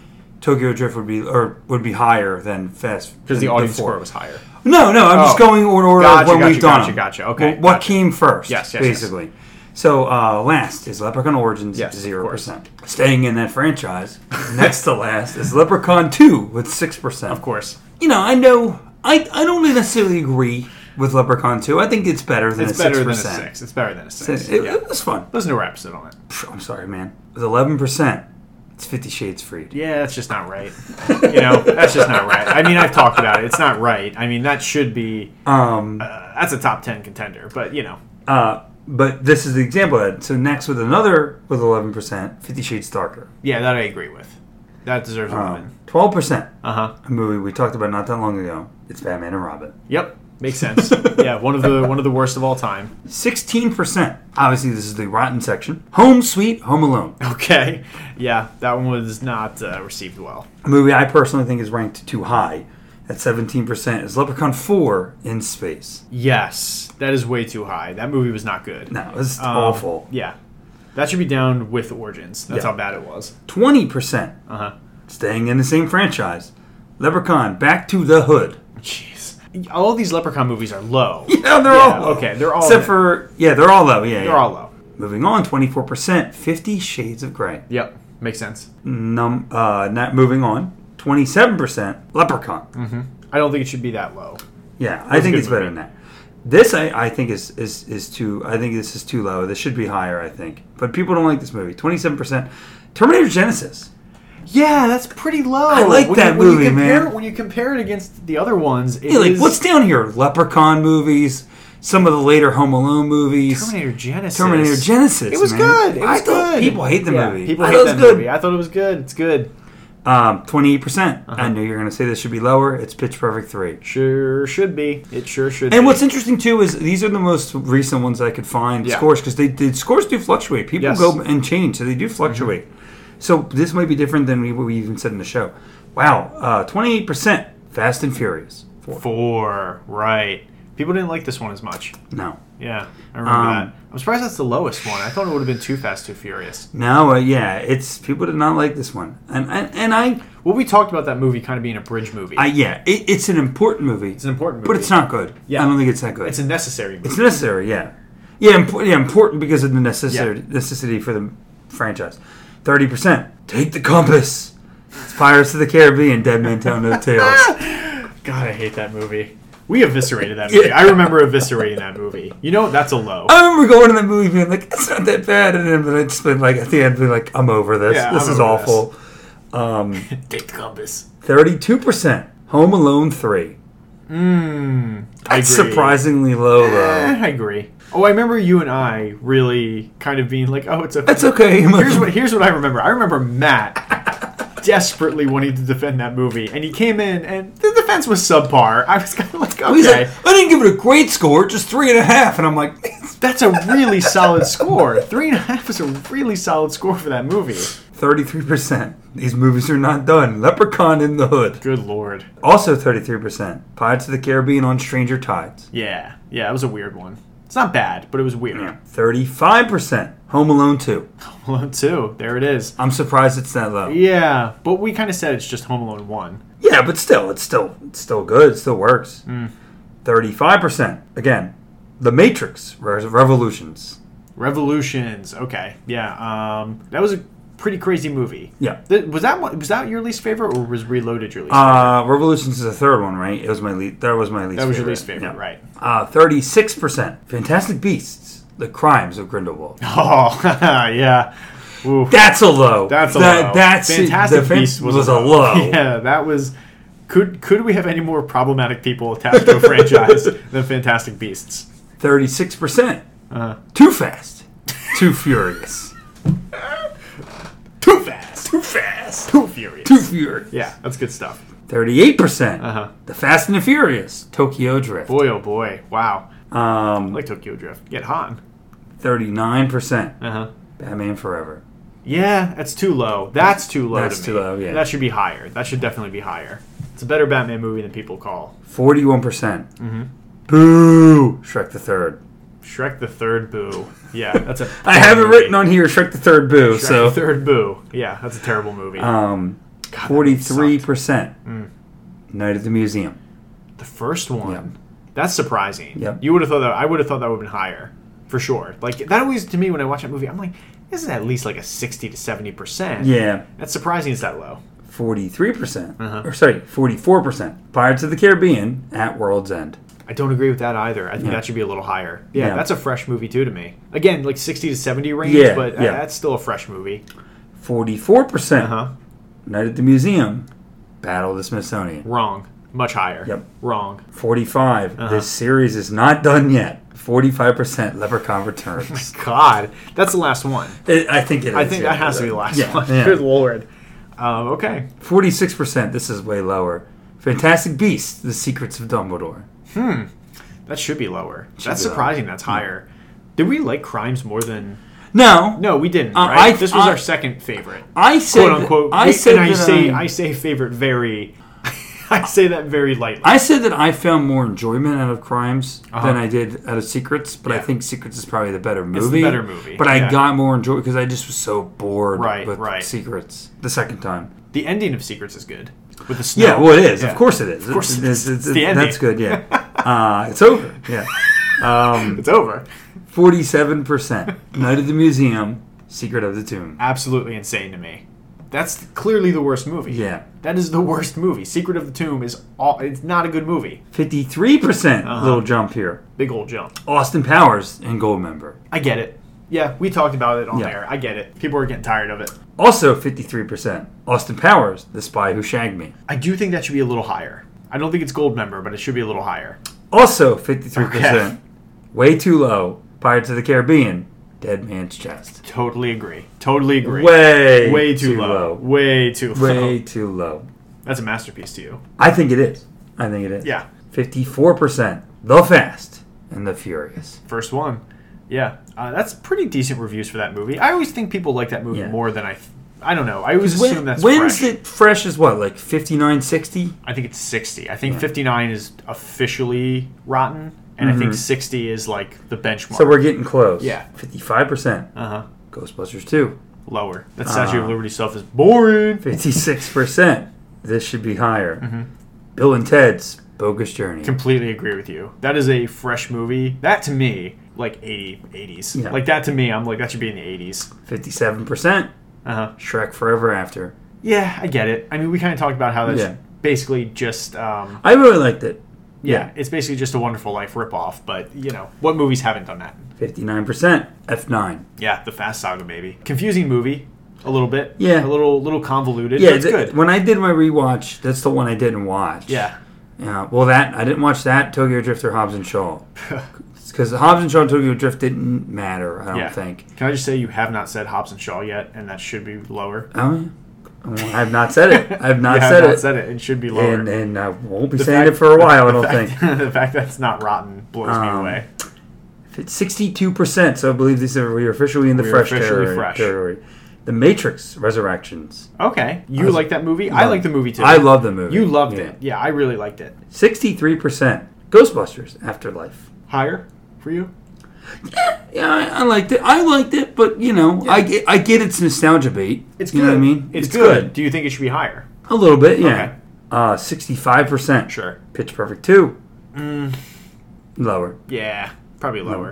[SPEAKER 1] Tokyo Drift would be or would be higher than Fast
[SPEAKER 2] because the
[SPEAKER 1] than
[SPEAKER 2] audience
[SPEAKER 1] four.
[SPEAKER 2] score was higher.
[SPEAKER 1] No, no, I'm
[SPEAKER 2] Oh.
[SPEAKER 1] just going in order
[SPEAKER 2] Gotcha,
[SPEAKER 1] of when
[SPEAKER 2] gotcha,
[SPEAKER 1] we've done
[SPEAKER 2] gotcha,
[SPEAKER 1] them.
[SPEAKER 2] gotcha. Okay,
[SPEAKER 1] Wh- What
[SPEAKER 2] gotcha.
[SPEAKER 1] came first?
[SPEAKER 2] Yes, yes, yes.
[SPEAKER 1] basically. So uh, last is Leprechaun Origins,
[SPEAKER 2] Yes, of
[SPEAKER 1] zero
[SPEAKER 2] course.
[SPEAKER 1] percent. Staying in that franchise, next to last is Leprechaun Two with six percent.
[SPEAKER 2] Of course,
[SPEAKER 1] You know, I know, I I don't necessarily agree with Leprechaun Two. I think it's better than
[SPEAKER 2] it's
[SPEAKER 1] a
[SPEAKER 2] better than a
[SPEAKER 1] 6%.
[SPEAKER 2] six. It's better than a
[SPEAKER 1] It,
[SPEAKER 2] six.
[SPEAKER 1] it,
[SPEAKER 2] yeah.
[SPEAKER 1] it was fun.
[SPEAKER 2] Listen to our episode on it.
[SPEAKER 1] Pff, I'm sorry, man. With 11 percent, it's Fifty Shades Freed.
[SPEAKER 2] Yeah, that's just not right. you know, that's just not right. I mean, I've talked about it. It's not right. I mean, that should be
[SPEAKER 1] Um,
[SPEAKER 2] uh, that's a top ten contender, but you know,
[SPEAKER 1] uh, but this is the example of that. So next with another with 11 percent, Fifty Shades Darker.
[SPEAKER 2] yeah, that I agree with. That deserves a win.
[SPEAKER 1] Twelve percent,
[SPEAKER 2] Uh huh.
[SPEAKER 1] a movie we talked about not that long ago. It's Batman and Robin.
[SPEAKER 2] Yep, makes sense. yeah, one of the one of the worst of all time.
[SPEAKER 1] Sixteen percent. Obviously, this is the rotten section. Home Sweet Home Alone,
[SPEAKER 2] Okay. Yeah, that one was not uh, received well.
[SPEAKER 1] a movie I personally think is ranked too high. At seventeen percent is Leprechaun Four in Space.
[SPEAKER 2] Yes, that is way too high. That movie was not good.
[SPEAKER 1] No, it's
[SPEAKER 2] Um,
[SPEAKER 1] awful.
[SPEAKER 2] Yeah, that should be down with Origins. That's
[SPEAKER 1] Yeah.
[SPEAKER 2] how bad it was.
[SPEAKER 1] Twenty percent
[SPEAKER 2] Uh huh.
[SPEAKER 1] staying in the same franchise. Leprechaun Back to the Hood.
[SPEAKER 2] Jeez, all these Leprechaun movies are low.
[SPEAKER 1] Yeah, they're
[SPEAKER 2] Yeah,
[SPEAKER 1] all low.
[SPEAKER 2] okay, they're all
[SPEAKER 1] except
[SPEAKER 2] there.
[SPEAKER 1] for yeah, they're all low. Yeah,
[SPEAKER 2] They're all low.
[SPEAKER 1] Moving on, twenty four percent, Fifty Shades of Grey.
[SPEAKER 2] Yep, makes sense.
[SPEAKER 1] Num uh, not moving on, twenty seven percent, Leprechaun.
[SPEAKER 2] I don't think it should be that low.
[SPEAKER 1] Yeah, I think
[SPEAKER 2] good
[SPEAKER 1] it's better than
[SPEAKER 2] movie.
[SPEAKER 1] that. This I, I think is, is is too I think this is too low. This should be higher, I think. But people don't like this movie. Twenty seven percent. Terminator Genesis.
[SPEAKER 2] Yeah, that's pretty low. I
[SPEAKER 1] like that movie,
[SPEAKER 2] you compare,
[SPEAKER 1] man.
[SPEAKER 2] When you compare it against the other ones, it
[SPEAKER 1] Yeah, like
[SPEAKER 2] is
[SPEAKER 1] what's down here? Leprechaun movies, some of the later Home Alone movies.
[SPEAKER 2] Terminator Genesis.
[SPEAKER 1] Terminator Genesis.
[SPEAKER 2] It was
[SPEAKER 1] man.
[SPEAKER 2] good. It
[SPEAKER 1] I
[SPEAKER 2] was
[SPEAKER 1] thought
[SPEAKER 2] good.
[SPEAKER 1] people hate the
[SPEAKER 2] Yeah,
[SPEAKER 1] movie.
[SPEAKER 2] People
[SPEAKER 1] I
[SPEAKER 2] hate
[SPEAKER 1] thought it
[SPEAKER 2] that
[SPEAKER 1] was good.
[SPEAKER 2] movie. I thought it was good. It's good.
[SPEAKER 1] Um, twenty eight percent.
[SPEAKER 2] Uh-huh.
[SPEAKER 1] I know you're gonna say this should be lower. It's Pitch Perfect three.
[SPEAKER 2] Sure should be. It sure should.
[SPEAKER 1] And
[SPEAKER 2] be.
[SPEAKER 1] what's interesting too is these are the most recent ones I could find
[SPEAKER 2] Yeah.
[SPEAKER 1] scores because they, they scores do fluctuate. People
[SPEAKER 2] Yes. Mm-hmm.
[SPEAKER 1] go and change, so they do fluctuate. So this might be different than we, what we even said in the show. Wow, twenty eight percent Fast and Furious. Four.
[SPEAKER 2] four? Right. People didn't like this one as much.
[SPEAKER 1] No,
[SPEAKER 2] Yeah, I remember
[SPEAKER 1] Um,
[SPEAKER 2] that. I'm surprised that's the lowest one. I thought it would have been Too Fast, Too Furious.
[SPEAKER 1] no, uh, yeah, it's people did not like this one, and and, and I,
[SPEAKER 2] Well, we talked about that movie kind of being a bridge movie.
[SPEAKER 1] I yeah, it, it's an important movie,
[SPEAKER 2] it's an important movie,
[SPEAKER 1] but it's not good.
[SPEAKER 2] Yeah.
[SPEAKER 1] I don't think it's that good.
[SPEAKER 2] It's a necessary movie.
[SPEAKER 1] It's necessary, yeah, yeah, imp- yeah, important because of the necessity
[SPEAKER 2] Yeah.
[SPEAKER 1] necessity for the franchise. Thirty percent. Take the compass. It's Pirates of the Caribbean. Dead men tell no tales.
[SPEAKER 2] God, I hate that movie. We eviscerated that movie. I remember eviscerating that movie. You know, that's a low.
[SPEAKER 1] I remember going to that movie being like, "It's not that bad," and then I'd just been like, at the end, be like, "I'm over this.
[SPEAKER 2] Yeah,
[SPEAKER 1] this
[SPEAKER 2] I'm
[SPEAKER 1] is
[SPEAKER 2] over
[SPEAKER 1] awful." Um,
[SPEAKER 2] Take the compass.
[SPEAKER 1] Thirty-two percent. Home Alone three.
[SPEAKER 2] Mm, I
[SPEAKER 1] Hmm. That's
[SPEAKER 2] agree.
[SPEAKER 1] surprisingly low,
[SPEAKER 2] Eh,
[SPEAKER 1] though.
[SPEAKER 2] I agree. Oh, I remember you and I really kind of being like, "Oh, it's okay."
[SPEAKER 1] That's okay.
[SPEAKER 2] Here's what here's what I remember. I remember Matt desperately wanting to defend that movie, and he came in, and the defense was subpar. I was kind of like,
[SPEAKER 1] He's like,
[SPEAKER 2] "Okay,
[SPEAKER 1] I didn't give it a great score, just three and a half. And I'm like,
[SPEAKER 2] that's a really solid score. Three and a half is a really solid score for that movie."
[SPEAKER 1] 33%. These movies are not done. Leprechaun in the Hood.
[SPEAKER 2] Good lord.
[SPEAKER 1] Also 33%. Pirates of the Caribbean on Stranger Tides.
[SPEAKER 2] Yeah, yeah, it was a weird one. It's not bad, but it was weird.
[SPEAKER 1] 35%. Home Alone 2.
[SPEAKER 2] Home Alone Two, there it is.
[SPEAKER 1] I'm surprised it's that low.
[SPEAKER 2] Yeah, but we kind of said it's just Home Alone One.
[SPEAKER 1] Yeah, but still, it's still it's still good. It still works.
[SPEAKER 2] Mm.
[SPEAKER 1] Thirty-five percent again. The Matrix Re- Revolutions.
[SPEAKER 2] Revolutions. Okay. Yeah. Um, that was a pretty crazy movie.
[SPEAKER 1] Yeah.
[SPEAKER 2] Th- was that one, was that your least favorite, or was Reloaded your least? favorite?
[SPEAKER 1] Uh, Revolutions is the third one, right? It was my least. That was my least.
[SPEAKER 2] That was your
[SPEAKER 1] favorite.
[SPEAKER 2] least favorite, right?
[SPEAKER 1] Uh, Thirty-six percent. Fantastic Beasts: The Crimes of Grindelwald.
[SPEAKER 2] Oh, yeah. Ooh,
[SPEAKER 1] That's a low.
[SPEAKER 2] that's a
[SPEAKER 1] That-
[SPEAKER 2] low.
[SPEAKER 1] That's
[SPEAKER 2] Fantastic
[SPEAKER 1] the fan-
[SPEAKER 2] Beast was,
[SPEAKER 1] a low.
[SPEAKER 2] Yeah, that was. Could could we have any more problematic people attached to a franchise than Fantastic Beasts?
[SPEAKER 1] Thirty-six percent.
[SPEAKER 2] Uh,
[SPEAKER 1] Too fast. Too furious.
[SPEAKER 2] too fast, too
[SPEAKER 1] fast.
[SPEAKER 2] too furious.
[SPEAKER 1] Too furious.
[SPEAKER 2] yeah, that's good stuff.
[SPEAKER 1] Thirty-eight percent.
[SPEAKER 2] Uh huh.
[SPEAKER 1] The Fast and the Furious. Tokyo Drift.
[SPEAKER 2] Boy, oh boy, wow.
[SPEAKER 1] Um,
[SPEAKER 2] Like Tokyo Drift, get hot.
[SPEAKER 1] thirty-nine percent.
[SPEAKER 2] Uh huh.
[SPEAKER 1] Batman Forever.
[SPEAKER 2] Yeah, that's too low. That's too low.
[SPEAKER 1] That's
[SPEAKER 2] to
[SPEAKER 1] too
[SPEAKER 2] me.
[SPEAKER 1] low, yeah.
[SPEAKER 2] that should be higher. That should definitely be higher. It's a better Batman movie than people call.
[SPEAKER 1] Forty-one percent.
[SPEAKER 2] Mm-hmm.
[SPEAKER 1] Boo! Shrek the Third.
[SPEAKER 2] Shrek the Third Boo. Yeah, that's a.
[SPEAKER 1] I have it
[SPEAKER 2] terrible
[SPEAKER 1] written on
[SPEAKER 2] movie.
[SPEAKER 1] here. Shrek the Third. Boo.
[SPEAKER 2] Shrek
[SPEAKER 1] so,
[SPEAKER 2] the Third Boo. Yeah, that's a terrible movie.
[SPEAKER 1] um,
[SPEAKER 2] God, that movie
[SPEAKER 1] forty-three
[SPEAKER 2] sucked.
[SPEAKER 1] percent.
[SPEAKER 2] Mm.
[SPEAKER 1] Night at the Museum.
[SPEAKER 2] The first one.
[SPEAKER 1] Yeah.
[SPEAKER 2] That's surprising.
[SPEAKER 1] Yep.
[SPEAKER 2] You would have thought that. I would have thought that would have been higher, for sure. Like that always to me when I watch that movie, I'm like, this is at least like a sixty to seventy percent.
[SPEAKER 1] Yeah,
[SPEAKER 2] That's surprising. It's that low.
[SPEAKER 1] forty-three percent.
[SPEAKER 2] Uh-huh.
[SPEAKER 1] Or sorry, forty-four percent. Pirates of the Caribbean at World's End.
[SPEAKER 2] I don't agree with that either. I think
[SPEAKER 1] Yeah.
[SPEAKER 2] that should be a little higher. Yeah,
[SPEAKER 1] Yeah.
[SPEAKER 2] that's a fresh movie too to me. Again, like sixty to seventy range,
[SPEAKER 1] Yeah,
[SPEAKER 2] but uh,
[SPEAKER 1] yeah. Uh-huh.
[SPEAKER 2] that's still a fresh movie.
[SPEAKER 1] Forty-four
[SPEAKER 2] Uh
[SPEAKER 1] percent.
[SPEAKER 2] huh.
[SPEAKER 1] Night at the Museum. Battle of the Smithsonian.
[SPEAKER 2] Wrong. Much higher.
[SPEAKER 1] Yep.
[SPEAKER 2] Wrong.
[SPEAKER 1] 45
[SPEAKER 2] Uh-huh.
[SPEAKER 1] This series is not done yet. Forty-five percent. Leprechaun Returns.
[SPEAKER 2] God, that's the last one.
[SPEAKER 1] It, I think it is.
[SPEAKER 2] I think
[SPEAKER 1] yeah.
[SPEAKER 2] that has to be the last
[SPEAKER 1] Yeah,
[SPEAKER 2] one.
[SPEAKER 1] yeah.
[SPEAKER 2] Good lord. Um, okay.
[SPEAKER 1] Forty-six percent. This is way lower. Fantastic Beasts: The Secrets of Dumbledore.
[SPEAKER 2] That should be lower. that's
[SPEAKER 1] be lower.
[SPEAKER 2] surprising. That's higher. Did we like crimes more than?
[SPEAKER 1] No,
[SPEAKER 2] No, we didn't.
[SPEAKER 1] Uh,
[SPEAKER 2] right?
[SPEAKER 1] I-
[SPEAKER 2] this was
[SPEAKER 1] I-
[SPEAKER 2] our second favorite,
[SPEAKER 1] I said
[SPEAKER 2] quote unquote.
[SPEAKER 1] I
[SPEAKER 2] We-
[SPEAKER 1] said
[SPEAKER 2] and I
[SPEAKER 1] that um,
[SPEAKER 2] say
[SPEAKER 1] I,
[SPEAKER 2] I say favorite very. I say that very lightly.
[SPEAKER 1] I said that I found more enjoyment out of Crimes
[SPEAKER 2] Uh-huh.
[SPEAKER 1] than I did out of Secrets, but I
[SPEAKER 2] Yeah.
[SPEAKER 1] think Secrets is probably the better movie.
[SPEAKER 2] the better movie,
[SPEAKER 1] But I
[SPEAKER 2] yeah.
[SPEAKER 1] got more enjoy because I just was so bored
[SPEAKER 2] Right,
[SPEAKER 1] with
[SPEAKER 2] right.
[SPEAKER 1] Secrets the second time.
[SPEAKER 2] the ending of Secrets is good with the snow.
[SPEAKER 1] Yeah, well, it is.
[SPEAKER 2] Yeah.
[SPEAKER 1] Of course, it is. Of
[SPEAKER 2] course it is. It's the ending.
[SPEAKER 1] That's good. Yeah, uh, it's over. Yeah. Um,
[SPEAKER 2] It's over.
[SPEAKER 1] Forty-seven percent. Night at the Museum, Secret of the Tomb.
[SPEAKER 2] Absolutely insane to me. That's clearly the worst movie.
[SPEAKER 1] Yeah,
[SPEAKER 2] That is the worst movie. Secret of the Tomb is all. It's not a good movie.
[SPEAKER 1] fifty-three percent.
[SPEAKER 2] Uh-huh.
[SPEAKER 1] Little jump here.
[SPEAKER 2] Big old jump.
[SPEAKER 1] Austin Powers and Goldmember.
[SPEAKER 2] I get it. Yeah, we talked about it on
[SPEAKER 1] Yeah.
[SPEAKER 2] there. I get it. People are getting tired of it.
[SPEAKER 1] Also fifty-three percent. Austin Powers, The Spy Who Shagged Me.
[SPEAKER 2] I do think that should be a little higher. I don't think it's gold member, but it should be a little higher.
[SPEAKER 1] Also fifty-three
[SPEAKER 2] Okay.
[SPEAKER 1] percent. Way too low. Pirates of the Caribbean, Dead Man's Chest.
[SPEAKER 2] Totally agree. Totally agree.
[SPEAKER 1] Way,
[SPEAKER 2] Way too, low. Way too low.
[SPEAKER 1] Way too low.
[SPEAKER 2] That's a masterpiece to you.
[SPEAKER 1] I think it is. I think it is.
[SPEAKER 2] Yeah.
[SPEAKER 1] Fifty-four percent. The Fast and the Furious.
[SPEAKER 2] First one. Yeah. Uh, that's pretty decent reviews for that movie. I always think people like that movie
[SPEAKER 1] Yeah.
[SPEAKER 2] more than I. Th- I don't know. I always assume
[SPEAKER 1] When-
[SPEAKER 2] that's
[SPEAKER 1] when's
[SPEAKER 2] fresh.
[SPEAKER 1] it fresh? Is what like fifty-nine, sixty?
[SPEAKER 2] I think it's 60. I think 59 is officially rotten, and I think 60 is like the benchmark.
[SPEAKER 1] Mm-hmm. So we're getting close.
[SPEAKER 2] Yeah.
[SPEAKER 1] Fifty-five percent.
[SPEAKER 2] uh huh.
[SPEAKER 1] Ghostbusters two.
[SPEAKER 2] Lower. That
[SPEAKER 1] Ah.
[SPEAKER 2] Statue of Liberty stuff is boring.
[SPEAKER 1] Fifty-six percent. This should be higher.
[SPEAKER 2] Mm-hmm.
[SPEAKER 1] Bill and Ted's Bogus Journey.
[SPEAKER 2] Completely agree with you. That is a fresh movie. That to me, like 80, 80s.
[SPEAKER 1] Yeah.
[SPEAKER 2] Like that to me, I'm like, that should be in the 80s.
[SPEAKER 1] Fifty-seven percent.
[SPEAKER 2] Uh huh.
[SPEAKER 1] Shrek Forever After.
[SPEAKER 2] Yeah, I get it. I mean, we kind of talked about how that's
[SPEAKER 1] Yeah.
[SPEAKER 2] basically just, um,
[SPEAKER 1] I really liked it.
[SPEAKER 2] yeah, it's basically just a Wonderful Life ripoff, but you know, what movies haven't done that?
[SPEAKER 1] Fifty-nine percent. F nine.
[SPEAKER 2] Yeah, The Fast Saga, baby. Confusing movie, a little bit.
[SPEAKER 1] Yeah.
[SPEAKER 2] A little little convoluted,
[SPEAKER 1] Yeah,
[SPEAKER 2] but it's
[SPEAKER 1] th-
[SPEAKER 2] good.
[SPEAKER 1] When I did my rewatch, that's the one I didn't watch.
[SPEAKER 2] Yeah.
[SPEAKER 1] Yeah, well, that I didn't watch that Tokyo Drift or Hobbs and Shaw because Hobbs and Shaw and Tokyo Drift didn't matter. I don't
[SPEAKER 2] Yeah.
[SPEAKER 1] think.
[SPEAKER 2] Can I just say you have not said Hobbs and Shaw yet, and that should be lower.
[SPEAKER 1] Oh, yeah. Well, I've not said it. I've not
[SPEAKER 2] you have
[SPEAKER 1] said
[SPEAKER 2] not
[SPEAKER 1] it,
[SPEAKER 2] said it. It should be lower.
[SPEAKER 1] and and I won't be
[SPEAKER 2] The
[SPEAKER 1] saying
[SPEAKER 2] fact-
[SPEAKER 1] it for a while. I
[SPEAKER 2] the
[SPEAKER 1] don't
[SPEAKER 2] fact-
[SPEAKER 1] think.
[SPEAKER 2] the fact that it's not rotten blows me
[SPEAKER 1] Um,
[SPEAKER 2] away.
[SPEAKER 1] It's sixty-two percent. So I believe these are we are officially in the
[SPEAKER 2] We are
[SPEAKER 1] fresh,
[SPEAKER 2] officially
[SPEAKER 1] terri-
[SPEAKER 2] fresh.
[SPEAKER 1] territory. The Matrix Resurrections.
[SPEAKER 2] Okay, you
[SPEAKER 1] was-
[SPEAKER 2] like that movie? I
[SPEAKER 1] No.
[SPEAKER 2] like the movie too.
[SPEAKER 1] I love the movie.
[SPEAKER 2] You loved it. Yeah, I really liked it.
[SPEAKER 1] Sixty-three percent. Ghostbusters Afterlife.
[SPEAKER 2] Higher for you?
[SPEAKER 1] Yeah, I, I liked it. I liked it, but you know, I, get, I get it's nostalgia bait.
[SPEAKER 2] It's good.
[SPEAKER 1] you know what I mean.
[SPEAKER 2] It's, good. Do you think it should be higher?
[SPEAKER 1] A little bit,
[SPEAKER 2] Okay.
[SPEAKER 1] yeah. Uh, 65%.
[SPEAKER 2] Sure. Mm.
[SPEAKER 1] Pitch Perfect 2. Lower.
[SPEAKER 2] Yeah, probably lower. When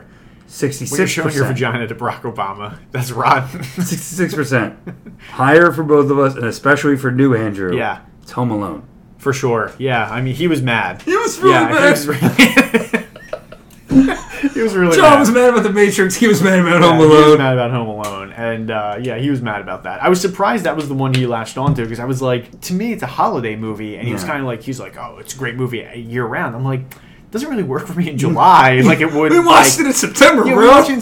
[SPEAKER 2] you're
[SPEAKER 1] 66%.
[SPEAKER 2] showing your vagina to Barack Obama, that's rotten.
[SPEAKER 1] 66%. Higher for both of us, and especially for new Andrew.
[SPEAKER 2] yeah,
[SPEAKER 1] It's Home Alone.
[SPEAKER 2] for sure. Yeah, I mean he was mad.
[SPEAKER 1] He was
[SPEAKER 2] yeah, he was really. he was really.
[SPEAKER 1] John
[SPEAKER 2] mad.
[SPEAKER 1] was mad about The Matrix. He was mad about Home
[SPEAKER 2] Yeah, He was
[SPEAKER 1] Alone.
[SPEAKER 2] mad about Home Alone, and uh, yeah, he was mad about that. I was surprised that was the one he latched onto because I was like, to me, it's a holiday movie, and he was
[SPEAKER 1] Yeah.
[SPEAKER 2] kind of like, he's like, oh, it's a great movie year round. I'm like, doesn't really work for me in July, like it would.
[SPEAKER 1] We watched
[SPEAKER 2] like,
[SPEAKER 1] it in September,
[SPEAKER 2] yeah,
[SPEAKER 1] bro.
[SPEAKER 2] we watched it in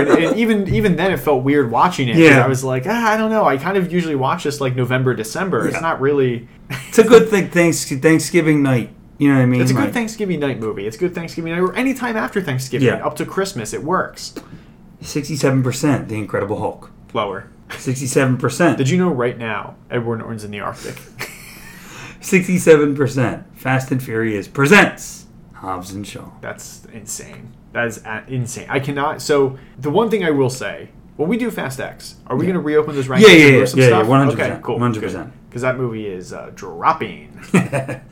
[SPEAKER 2] and, and even even then, it felt weird watching it. 'cause
[SPEAKER 1] Yeah.
[SPEAKER 2] I was like, ah, I don't know. I kind of usually watch this like November, December. It's
[SPEAKER 1] Yeah.
[SPEAKER 2] not really.
[SPEAKER 1] It's a good thing thanks, Thanksgiving night. You know what I mean?
[SPEAKER 2] It's a
[SPEAKER 1] Like,
[SPEAKER 2] good Thanksgiving night movie. It's a good Thanksgiving night or any time after Thanksgiving
[SPEAKER 1] Yeah.
[SPEAKER 2] up to Christmas. It works.
[SPEAKER 1] 67%. The Incredible Hulk.
[SPEAKER 2] Lower.
[SPEAKER 1] 67%.
[SPEAKER 2] Did you know right now Edward Norton's in the Arctic?
[SPEAKER 1] 67%. Fast and Furious presents Hobbs and Shaw.
[SPEAKER 2] That's insane. That is a- insane. I cannot. So the one thing I will say when we do Fast X, are we going to reopen those rankings?
[SPEAKER 1] Yeah, yeah,
[SPEAKER 2] and do
[SPEAKER 1] yeah,
[SPEAKER 2] some
[SPEAKER 1] yeah,
[SPEAKER 2] stuff?
[SPEAKER 1] yeah, 100%,
[SPEAKER 2] Okay, cool,
[SPEAKER 1] 100%.
[SPEAKER 2] Because that movie is uh, dropping.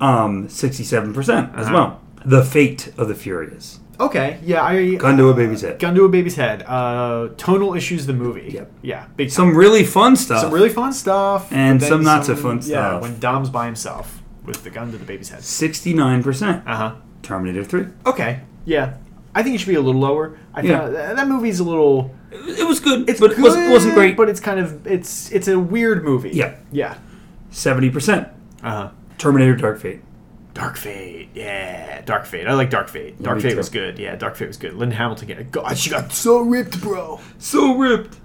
[SPEAKER 1] um, 67%
[SPEAKER 2] Uh-huh.
[SPEAKER 1] as well. The Fate of the Furious.
[SPEAKER 2] okay, yeah, I
[SPEAKER 1] Gun to a baby's head.
[SPEAKER 2] Gun to a baby's head. Uh, tonal issues. The movie.
[SPEAKER 1] Yep.
[SPEAKER 2] Yeah. Big
[SPEAKER 1] Some really fun stuff.
[SPEAKER 2] some really fun stuff,
[SPEAKER 1] And
[SPEAKER 2] but then
[SPEAKER 1] some not so fun
[SPEAKER 2] Yeah,
[SPEAKER 1] stuff.
[SPEAKER 2] when Dom's by himself with the gun to the baby's head.
[SPEAKER 1] 69%.
[SPEAKER 2] Uh huh.
[SPEAKER 1] Terminator 3.
[SPEAKER 2] Okay. Yeah. I think it should be a little lower. I
[SPEAKER 1] Yeah.
[SPEAKER 2] found- that, that movie's a little.
[SPEAKER 1] It was good, but it wasn't, wasn't great.
[SPEAKER 2] But it's kind of it's it's a weird movie.
[SPEAKER 1] Yeah.
[SPEAKER 2] Yeah.
[SPEAKER 1] 70%.
[SPEAKER 2] Uh huh.
[SPEAKER 1] Terminator Dark Fate.
[SPEAKER 2] Dark Fate, yeah, Dark Fate. I like Dark Fate. Dark
[SPEAKER 1] me
[SPEAKER 2] Fate
[SPEAKER 1] too.
[SPEAKER 2] was good, yeah. Dark Fate was good. Lynn Hamilton, got- God, she got so ripped, bro.
[SPEAKER 1] So ripped.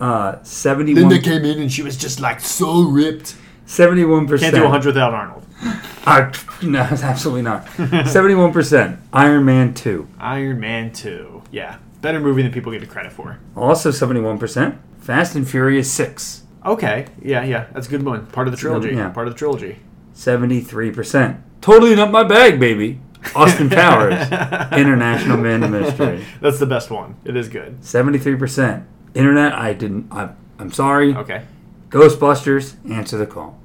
[SPEAKER 1] Uh,
[SPEAKER 2] Then
[SPEAKER 1] 71,
[SPEAKER 2] they came in and she was just like so ripped.
[SPEAKER 1] 71%.
[SPEAKER 2] Can't do 100 without Arnold.
[SPEAKER 1] Uh, no, absolutely not. 71%. Iron Man 2.
[SPEAKER 2] Iron Man Two, yeah, better movie than people give it credit for.
[SPEAKER 1] Also 71%. Fast and Furious 6.
[SPEAKER 2] Okay, yeah, yeah, that's a good one. Part of the
[SPEAKER 1] good one,
[SPEAKER 2] trilogy.
[SPEAKER 1] yeah.
[SPEAKER 2] Part of the trilogy.
[SPEAKER 1] 73%. Totally not my bag, baby. Austin Powers, International Man Mystery.
[SPEAKER 2] That's the best one. It is good.
[SPEAKER 1] 73%. Internet, I didn't. I, I'm sorry.
[SPEAKER 2] Okay.
[SPEAKER 1] Ghostbusters, answer the call.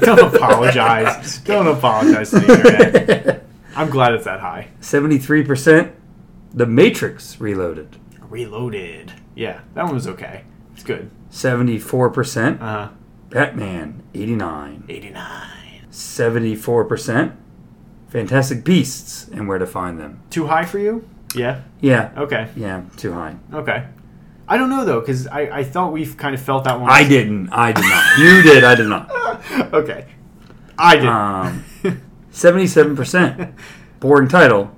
[SPEAKER 2] Don't apologize. Don't apologize to the internet. I'm glad it's that high.
[SPEAKER 1] 73%. The Matrix Reloaded.
[SPEAKER 2] Reloaded. Yeah, that one was okay. It's good.
[SPEAKER 1] 74%.
[SPEAKER 2] Uh huh.
[SPEAKER 1] Batman, 89.
[SPEAKER 2] 89.
[SPEAKER 1] 74%. Fantastic Beasts and Where to Find Them.
[SPEAKER 2] Too high for you? Yeah.
[SPEAKER 1] Yeah.
[SPEAKER 2] Okay.
[SPEAKER 1] Yeah, too high.
[SPEAKER 2] Okay. I don't know though, because I, I thought we've kind of felt that one.
[SPEAKER 1] I didn't. I did not. You did. I did not.
[SPEAKER 2] okay. I did.
[SPEAKER 1] Um, 77%. Boring title.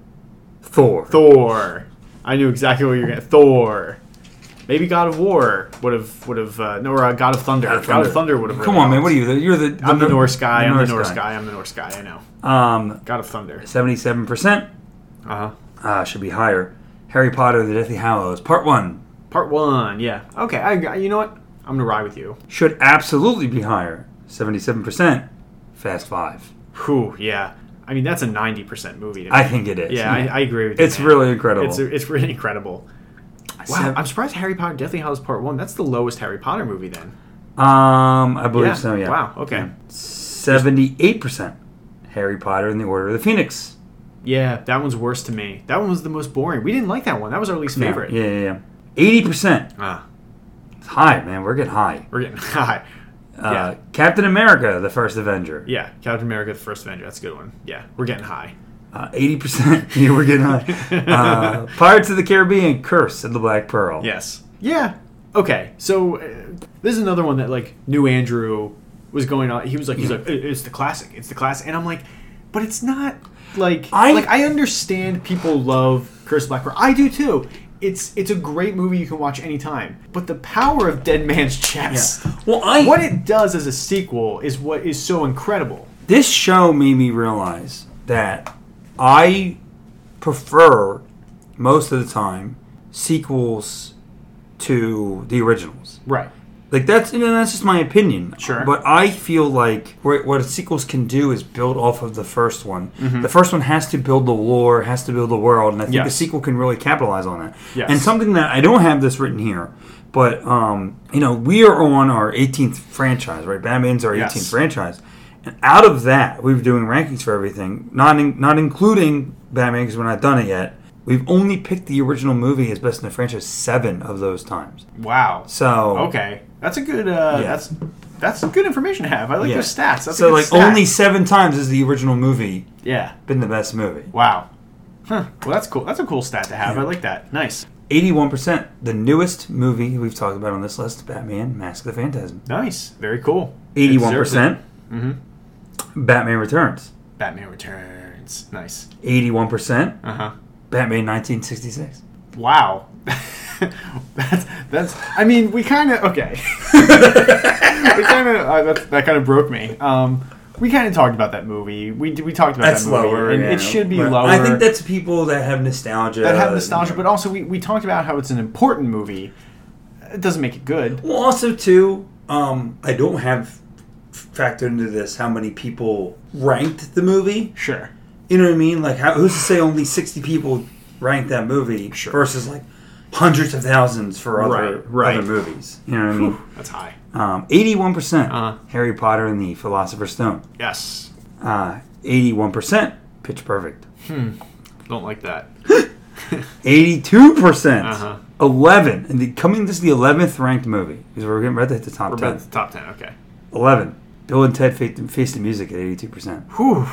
[SPEAKER 1] Thor.
[SPEAKER 2] Thor. I knew exactly what you were going. to Thor. Maybe God of War would have would have uh, no, or uh, God of Thunder. God of Thunder, would have.
[SPEAKER 1] Come on, man. What are you? You're the.
[SPEAKER 2] I'm the Norse guy. I'm the Norse guy. I'm the Norse guy. I know.
[SPEAKER 1] Um,
[SPEAKER 2] God of Thunder.
[SPEAKER 1] 77%
[SPEAKER 2] Uh huh.
[SPEAKER 1] uh, should be higher. Harry Potter: The Deathly Hallows, Part One,
[SPEAKER 2] Part one. Yeah. Okay. I. You know what? I'm gonna ride with you.
[SPEAKER 1] should absolutely be higher. 77%. Fast Five.
[SPEAKER 2] Whew. Yeah. I mean, that's a 90% movie. To me.
[SPEAKER 1] I think it is.
[SPEAKER 2] yeah, I, I agree with you.
[SPEAKER 1] It's
[SPEAKER 2] man.
[SPEAKER 1] really incredible.
[SPEAKER 2] It's it's really incredible. Wow.
[SPEAKER 1] Sev-
[SPEAKER 2] I'm surprised Harry Potter Deathly Hallows Part One. That's the lowest Harry Potter movie then.
[SPEAKER 1] um, I believe so. Yeah.
[SPEAKER 2] Wow. Okay.
[SPEAKER 1] Yeah. 78%. Harry Potter and the Order of the Phoenix.
[SPEAKER 2] Yeah, that one's worse to me. That one was the most boring. We didn't like that one. That was our least favorite.
[SPEAKER 1] Yeah, yeah, yeah. Eighty percent.
[SPEAKER 2] Ah,
[SPEAKER 1] It's high, man. We're getting high.
[SPEAKER 2] we're getting high.
[SPEAKER 1] Uh,
[SPEAKER 2] Yeah.
[SPEAKER 1] Captain America: The First Avenger.
[SPEAKER 2] Yeah, Captain America: The First Avenger. That's a good one. Yeah, we're getting high.
[SPEAKER 1] Uh, Eighty percent. yeah, we're getting high. Uh, Pirates of the Caribbean: Curse of the Black Pearl.
[SPEAKER 2] Yes. Yeah. Okay. So uh, this is another one that like new Andrew was going on. He was like, he's like, "It- it's the classic, it's the classic, and I'm like, but it's not like
[SPEAKER 1] I-
[SPEAKER 2] like I understand people love Curse of Black Pearl. I do too. It's it's a great movie you can watch anytime. But the power of Dead Man's Chest,
[SPEAKER 1] Yeah. Well, I-
[SPEAKER 2] what it does as a sequel is what is so incredible.
[SPEAKER 1] this show made me realize that I prefer most of the time sequels to the originals.
[SPEAKER 2] Right.
[SPEAKER 1] Like that's you know, that's just my opinion.
[SPEAKER 2] Sure.
[SPEAKER 1] But I feel like wh- what sequels can do is build off of the first one. The first one has to build the lore, has to build the world, and I think the
[SPEAKER 2] Mm-hmm. Yes.
[SPEAKER 1] sequel can really capitalize on that.
[SPEAKER 2] Yes.
[SPEAKER 1] And something that I don't have this written here, but um, you know, we are on our 18th franchise, right? Batman's our 18th
[SPEAKER 2] Yes.
[SPEAKER 1] franchise, and out of that, we've doing rankings for everything, not in, not including Batman because we're not done it yet. We've only picked the original movie as best in the franchise seven of those times.
[SPEAKER 2] Wow.
[SPEAKER 1] So
[SPEAKER 2] Okay, that's a good. Uh,
[SPEAKER 1] Yeah.
[SPEAKER 2] That's that's good information to have. I like
[SPEAKER 1] Yeah.
[SPEAKER 2] those stats. That's a
[SPEAKER 1] so
[SPEAKER 2] good
[SPEAKER 1] like
[SPEAKER 2] stat.
[SPEAKER 1] only seven times has the original movie
[SPEAKER 2] yeah.
[SPEAKER 1] been the best movie.
[SPEAKER 2] Wow. Huh. Well, that's cool. That's a cool stat to have. I like that. Nice.
[SPEAKER 1] Eighty-one percent, the newest movie we've talked about on this list, Batman: Mask of the Phantasm.
[SPEAKER 2] Nice. Very cool.
[SPEAKER 1] Eighty-one
[SPEAKER 2] Deserves
[SPEAKER 1] percent, Batman Returns.
[SPEAKER 2] it. Batman Returns. Nice.
[SPEAKER 1] Eighty-one percent,
[SPEAKER 2] Uh huh.
[SPEAKER 1] Batman nineteen sixty-six.
[SPEAKER 2] Wow. that's that's. I mean, we kind of okay. we kind of uh, that, that kind of broke me. Um, we kind of talked about that movie. We d- we talked about that movie. and
[SPEAKER 1] yeah,
[SPEAKER 2] It should be
[SPEAKER 1] but
[SPEAKER 2] lower.
[SPEAKER 1] I think that's people that have nostalgia.
[SPEAKER 2] that have nostalgia,
[SPEAKER 1] you know.
[SPEAKER 2] but also we, we talked about how it's an important movie. It doesn't make it good.
[SPEAKER 1] Well, also too, um, I don't have factored into this how many people ranked the movie.
[SPEAKER 2] Sure.
[SPEAKER 1] You know what I mean? Like, how, who's to say only 60 people ranked that movie
[SPEAKER 2] Sure.
[SPEAKER 1] versus like hundreds of thousands for other,
[SPEAKER 2] Right, right.
[SPEAKER 1] other movies? You know what I mean?
[SPEAKER 2] That's high.
[SPEAKER 1] Um, 81%
[SPEAKER 2] Uh-huh.
[SPEAKER 1] Harry Potter and the Philosopher's Stone.
[SPEAKER 2] Yes.
[SPEAKER 1] Uh, 81% Pitch Perfect.
[SPEAKER 2] Don't like that.
[SPEAKER 1] 82% percent
[SPEAKER 2] Uh-huh.
[SPEAKER 1] 11. And the, coming, this is the 11th ranked movie because we're getting right at the top
[SPEAKER 2] We're
[SPEAKER 1] 10.
[SPEAKER 2] about the top ten. Okay.
[SPEAKER 1] 11. Bill and Ted Face, Face the Music at 82%.
[SPEAKER 2] Whew.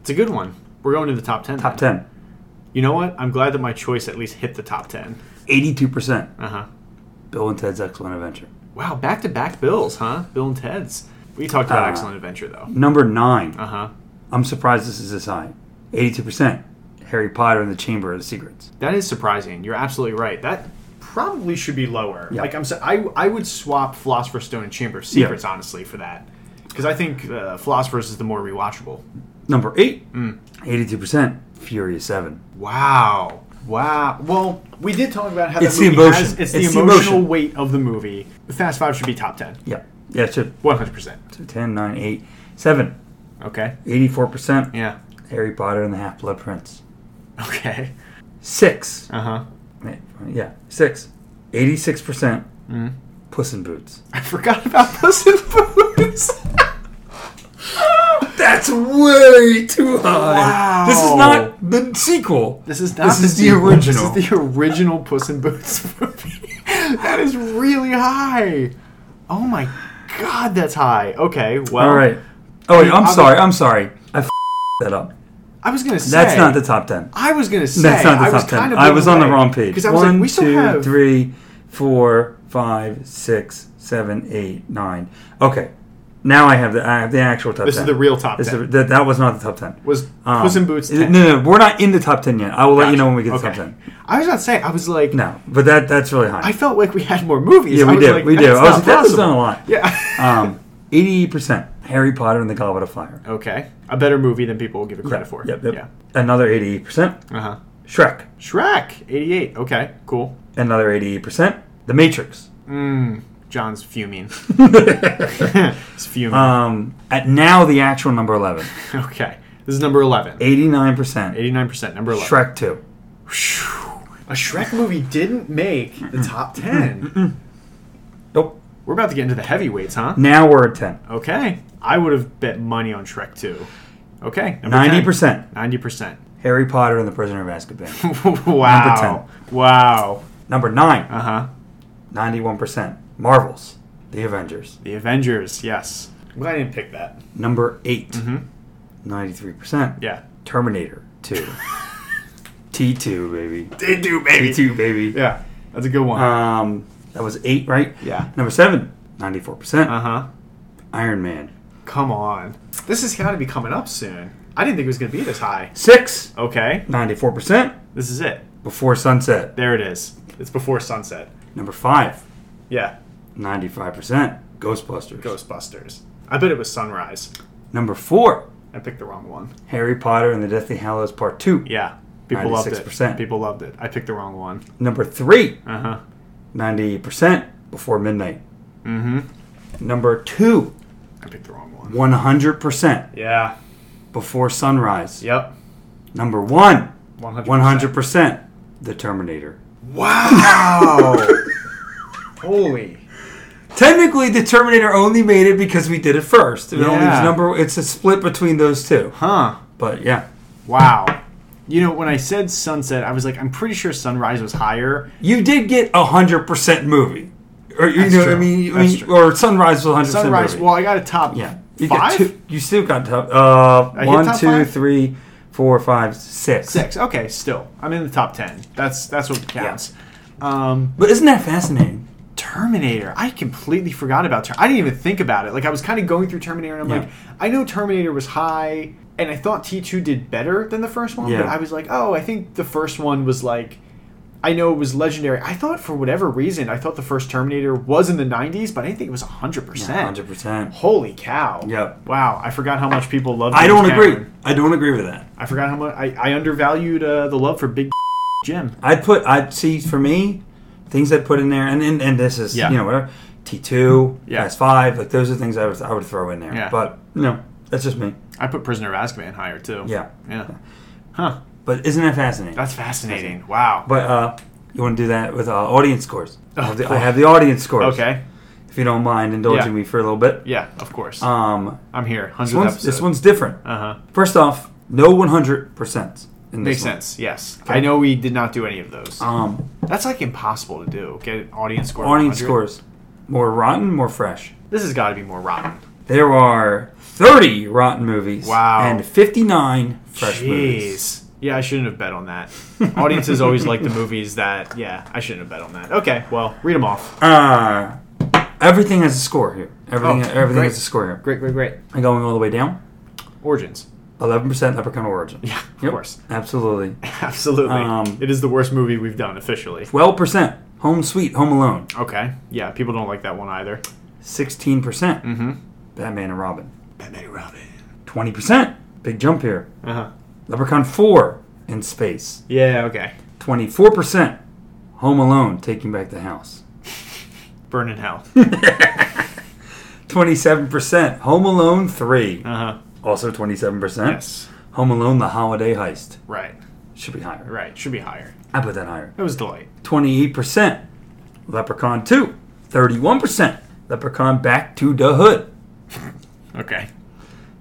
[SPEAKER 2] It's a good one. We're going to the top ten.
[SPEAKER 1] Top 10.
[SPEAKER 2] You know what? I'm glad that my choice at least hit the top ten.
[SPEAKER 1] 82%
[SPEAKER 2] Uh huh.
[SPEAKER 1] Bill and Ted's Excellent Adventure.
[SPEAKER 2] Wow. Back to back bills, huh? Bill and Ted's. We talked about
[SPEAKER 1] Uh,
[SPEAKER 2] Excellent Adventure though.
[SPEAKER 1] Number 9.
[SPEAKER 2] Uh huh.
[SPEAKER 1] I'm surprised this is this high. 82%. Harry Potter and the Chamber of Secrets.
[SPEAKER 2] That is surprising. You're absolutely right. That probably should be lower.
[SPEAKER 1] Yeah.
[SPEAKER 2] Like I'm, sa- I I would swap Philosopher's Stone and Chamber of Secrets honestly for that, because I think uh, Philosopher's is the more rewatchable.
[SPEAKER 1] Number 8.
[SPEAKER 2] Hmm.
[SPEAKER 1] 82%. Furious 7.
[SPEAKER 2] Wow. Wow. Well, we did talk about how
[SPEAKER 1] It's
[SPEAKER 2] that
[SPEAKER 1] the
[SPEAKER 2] movie
[SPEAKER 1] emotion.
[SPEAKER 2] has it's,
[SPEAKER 1] It's the
[SPEAKER 2] the emotional
[SPEAKER 1] emotion.
[SPEAKER 2] weight of the movie. Fast Five should be top ten.
[SPEAKER 1] Yeah. Yeah, it should.
[SPEAKER 2] One hundred percent.
[SPEAKER 1] So 10, 9, 8, 7.
[SPEAKER 2] Okay.
[SPEAKER 1] 84%.
[SPEAKER 2] Yeah.
[SPEAKER 1] Harry Potter and the Half Blood Prince.
[SPEAKER 2] Okay.
[SPEAKER 1] 6.
[SPEAKER 2] Uh huh.
[SPEAKER 1] Yeah, 6. 86%. percent
[SPEAKER 2] Hmm.
[SPEAKER 1] Puss in Boots.
[SPEAKER 2] I forgot about Puss in Boots.
[SPEAKER 1] That's way too high.
[SPEAKER 2] Wow.
[SPEAKER 1] This is not the sequel.
[SPEAKER 2] This is not
[SPEAKER 1] This is the
[SPEAKER 2] sequel.
[SPEAKER 1] original.
[SPEAKER 2] This is the original Puss in Boots movie. that is really high. Oh my god, that's high. Okay, well,
[SPEAKER 1] All right. Oh wait, I'm
[SPEAKER 2] I'm-
[SPEAKER 1] sorry. I'm sorry. I f- that up.
[SPEAKER 2] I was gonna say
[SPEAKER 1] That's not the top ten.
[SPEAKER 2] I was gonna say
[SPEAKER 1] That's not the
[SPEAKER 2] I was
[SPEAKER 1] top ten.
[SPEAKER 2] kind of
[SPEAKER 1] I was on the
[SPEAKER 2] blown
[SPEAKER 1] wrong
[SPEAKER 2] away,
[SPEAKER 1] page.
[SPEAKER 2] 'cause I was
[SPEAKER 1] One,
[SPEAKER 2] like, we still
[SPEAKER 1] two,
[SPEAKER 2] have
[SPEAKER 1] three, four, five, six, seven, eight, nine. Okay. Now I have the I have the actual top
[SPEAKER 2] This is
[SPEAKER 1] ten.
[SPEAKER 2] the real top
[SPEAKER 1] This is
[SPEAKER 2] ten.
[SPEAKER 1] the- that, that was not the top ten.
[SPEAKER 2] was
[SPEAKER 1] Um,
[SPEAKER 2] Puss in Boots.
[SPEAKER 1] it-
[SPEAKER 2] 10.
[SPEAKER 1] No, no, we're not in the top ten yet. I will let you know when we get to
[SPEAKER 2] Okay.
[SPEAKER 1] the top ten.
[SPEAKER 2] I was about to say I was like
[SPEAKER 1] No, but that that's really high.
[SPEAKER 2] I felt like we had more movies.
[SPEAKER 1] yeah,
[SPEAKER 2] I
[SPEAKER 1] we
[SPEAKER 2] was
[SPEAKER 1] do.
[SPEAKER 2] like,
[SPEAKER 1] we do.
[SPEAKER 2] that's
[SPEAKER 1] I was
[SPEAKER 2] not
[SPEAKER 1] like, that's not
[SPEAKER 2] possible.
[SPEAKER 1] a lot.
[SPEAKER 2] Yeah.
[SPEAKER 1] Um, eighty percent Harry Potter and the Goblet of Fire.
[SPEAKER 2] okay, a better movie than people will give it credit for.
[SPEAKER 1] Yep, yep.
[SPEAKER 2] Yeah.
[SPEAKER 1] Another eighty-eight percent
[SPEAKER 2] Uh huh.
[SPEAKER 1] Shrek.
[SPEAKER 2] Shrek, eighty-eight. Okay, cool.
[SPEAKER 1] Another eighty-eight percent The Matrix.
[SPEAKER 2] Mm, John's fuming. He's fuming.
[SPEAKER 1] Um, at now the actual number eleven.
[SPEAKER 2] okay. This is number 11.
[SPEAKER 1] Eighty-nine percent
[SPEAKER 2] 89%, number 11.
[SPEAKER 1] Shrek Two.
[SPEAKER 2] A Shrek movie didn't make the top 10.
[SPEAKER 1] Nope.
[SPEAKER 2] We're about to get into the heavyweights, huh?
[SPEAKER 1] Now we're at ten.
[SPEAKER 2] Okay. I would have bet money on Shrek 2. Okay. number 10.
[SPEAKER 1] Ninety percent
[SPEAKER 2] 90%.
[SPEAKER 1] Harry Potter and the Prisoner of Azkaban.
[SPEAKER 2] wow. Wow.
[SPEAKER 1] Number nine.
[SPEAKER 2] Uh huh.
[SPEAKER 1] Ninety-one percent Marvels. The Avengers.
[SPEAKER 2] The Avengers, yes. I'm glad I didn't pick that.
[SPEAKER 1] Number 8 Ninety-three percent.
[SPEAKER 2] Mm-hmm. Yeah.
[SPEAKER 1] Terminator Two. T two baby.
[SPEAKER 2] They do,
[SPEAKER 1] T
[SPEAKER 2] baby.
[SPEAKER 1] two baby.
[SPEAKER 2] Yeah. That's a good one.
[SPEAKER 1] Uh, Um, that was eight, right?
[SPEAKER 2] Yeah.
[SPEAKER 1] Number seven, 94%.
[SPEAKER 2] Uh huh.
[SPEAKER 1] Iron Man.
[SPEAKER 2] Come on. This has got to be coming up soon. I didn't think it was going to be this high.
[SPEAKER 1] Six,
[SPEAKER 2] Okay.
[SPEAKER 1] 94%
[SPEAKER 2] This is it.
[SPEAKER 1] before sunset.
[SPEAKER 2] There it is. It's before sunset.
[SPEAKER 1] Number five,
[SPEAKER 2] Yeah.
[SPEAKER 1] 95%. Ghostbusters.
[SPEAKER 2] Ghostbusters. I bet it was sunrise.
[SPEAKER 1] Number four,
[SPEAKER 2] I picked the wrong one.
[SPEAKER 1] Harry Potter and the Deathly Hallows Part 2.
[SPEAKER 2] Yeah. People loved
[SPEAKER 1] 96%.
[SPEAKER 2] it. People loved it. I picked the wrong one.
[SPEAKER 1] Number three,
[SPEAKER 2] Uh huh.
[SPEAKER 1] 98% before midnight.
[SPEAKER 2] Mm hmm.
[SPEAKER 1] Number two,
[SPEAKER 2] I picked the wrong one.
[SPEAKER 1] 100%
[SPEAKER 2] Yeah.
[SPEAKER 1] before sunrise.
[SPEAKER 2] Yep.
[SPEAKER 1] Number one,
[SPEAKER 2] 100.
[SPEAKER 1] 100% The Terminator.
[SPEAKER 2] Wow. Holy.
[SPEAKER 1] Technically, The Terminator only made it because we did it first. It only was
[SPEAKER 2] Yeah.
[SPEAKER 1] number. It's a split between those two.
[SPEAKER 2] Huh.
[SPEAKER 1] But yeah,
[SPEAKER 2] Wow. You know, when I said sunset, I was like, I'm pretty sure sunrise was higher.
[SPEAKER 1] you did get a hundred percent movie, or you know, I
[SPEAKER 2] true.
[SPEAKER 1] mean, I
[SPEAKER 2] That's
[SPEAKER 1] mean
[SPEAKER 2] true.
[SPEAKER 1] or Sunrise was a hundred percent
[SPEAKER 2] Sunrise,
[SPEAKER 1] movie.
[SPEAKER 2] well, I got a top
[SPEAKER 1] yeah, you
[SPEAKER 2] you
[SPEAKER 1] got
[SPEAKER 2] five?
[SPEAKER 1] two- you still got top. Uh,
[SPEAKER 2] hit
[SPEAKER 1] one,
[SPEAKER 2] top
[SPEAKER 1] two,
[SPEAKER 2] five?
[SPEAKER 1] three, four, five, six.
[SPEAKER 2] Six. Okay, still. I'm in the top ten. That's that's what counts. Um,
[SPEAKER 1] But isn't that fascinating?
[SPEAKER 2] Terminator. I completely forgot about Terminator. I didn't even think about it. Like I was kind of going through Terminator, and I'm
[SPEAKER 1] Yeah.
[SPEAKER 2] like, I know Terminator was high, and I thought T2 did better than the first one. But
[SPEAKER 1] Yeah.
[SPEAKER 2] I was like, oh, I think the first one was like, I know it was legendary. I thought for whatever reason, I thought the first Terminator was in the 90s, but I didn't think it was 100.
[SPEAKER 1] Hundred
[SPEAKER 2] percent
[SPEAKER 1] percent.
[SPEAKER 2] Holy cow!
[SPEAKER 1] Yep.
[SPEAKER 2] Wow, I forgot how much people love.
[SPEAKER 1] I don't agree.
[SPEAKER 2] Cameron.
[SPEAKER 1] I don't agree with that.
[SPEAKER 2] I forgot how much I, I undervalued uh, the love for Big Jim.
[SPEAKER 1] I put I see for me things I put in there, and and, and this is
[SPEAKER 2] Yeah.
[SPEAKER 1] you know whatever T two,
[SPEAKER 2] Yeah.
[SPEAKER 1] S five, like those are things I would I would throw in there.
[SPEAKER 2] Yeah.
[SPEAKER 1] But no, that's just me.
[SPEAKER 2] I put Prisoner of Azkaban higher too.
[SPEAKER 1] Yeah.
[SPEAKER 2] Yeah. Huh.
[SPEAKER 1] But isn't that fascinating?
[SPEAKER 2] That's fascinating. Wow.
[SPEAKER 1] but uh, you want to do that with uh, audience scores? I, have the, I
[SPEAKER 2] cool.
[SPEAKER 1] have the audience scores.
[SPEAKER 2] Okay.
[SPEAKER 1] If you don't mind indulging
[SPEAKER 2] Yeah.
[SPEAKER 1] me for a little bit.
[SPEAKER 2] Yeah. Of course.
[SPEAKER 1] Um,
[SPEAKER 2] I'm here.
[SPEAKER 1] this
[SPEAKER 2] Hundredth
[SPEAKER 1] one's,
[SPEAKER 2] episode.
[SPEAKER 1] this one's different.
[SPEAKER 2] Uh huh.
[SPEAKER 1] First off, no one hundred percent in this
[SPEAKER 2] Makes
[SPEAKER 1] one.
[SPEAKER 2] sense. Yes. I know we did not do any of those.
[SPEAKER 1] Um,
[SPEAKER 2] That's like impossible to do. Get an audience score. of
[SPEAKER 1] audience
[SPEAKER 2] 100.
[SPEAKER 1] scores, more rotten, more fresh.
[SPEAKER 2] This has got to be more rotten.
[SPEAKER 1] There are 30 rotten movies.
[SPEAKER 2] Wow.
[SPEAKER 1] And 59 fresh movies.
[SPEAKER 2] Yeah, I shouldn't have bet on that. Audiences always like the movies that. Yeah, I shouldn't have bet on that. Okay. Well, read them off.
[SPEAKER 1] Uh, everything has a score here. Everything,
[SPEAKER 2] Oh,
[SPEAKER 1] everything
[SPEAKER 2] great.
[SPEAKER 1] has a score here.
[SPEAKER 2] Great. Great. Great.
[SPEAKER 1] And going all the way down,
[SPEAKER 2] Origins.
[SPEAKER 1] 11% Leprechaun Origin.
[SPEAKER 2] Yeah. Of
[SPEAKER 1] Yep,
[SPEAKER 2] course.
[SPEAKER 1] Absolutely.
[SPEAKER 2] Absolutely.
[SPEAKER 1] Um,
[SPEAKER 2] it is the worst movie we've done officially.
[SPEAKER 1] 12% Home Sweet Home Alone.
[SPEAKER 2] Okay. Yeah, people don't like that one either.
[SPEAKER 1] 16%
[SPEAKER 2] Mm-hmm.
[SPEAKER 1] Batman and Robin.
[SPEAKER 2] Batman Robin.
[SPEAKER 1] 20% Big Jump here.
[SPEAKER 2] Uh-huh.
[SPEAKER 1] Leprechaun 4 in Space.
[SPEAKER 2] Yeah, okay.
[SPEAKER 1] 24% Home Alone Taking Back the House.
[SPEAKER 2] Burn in hell.
[SPEAKER 1] 27% Home Alone 3.
[SPEAKER 2] Uh-huh.
[SPEAKER 1] Also 27%.
[SPEAKER 2] Yes.
[SPEAKER 1] Home Alone, The Holiday Heist.
[SPEAKER 2] Right.
[SPEAKER 1] Should be higher.
[SPEAKER 2] Right. Should be higher.
[SPEAKER 1] I put that higher.
[SPEAKER 2] It was Deloitte.
[SPEAKER 1] 28%. Leprechaun 2. 31%. Leprechaun Back to the Hood.
[SPEAKER 2] Okay.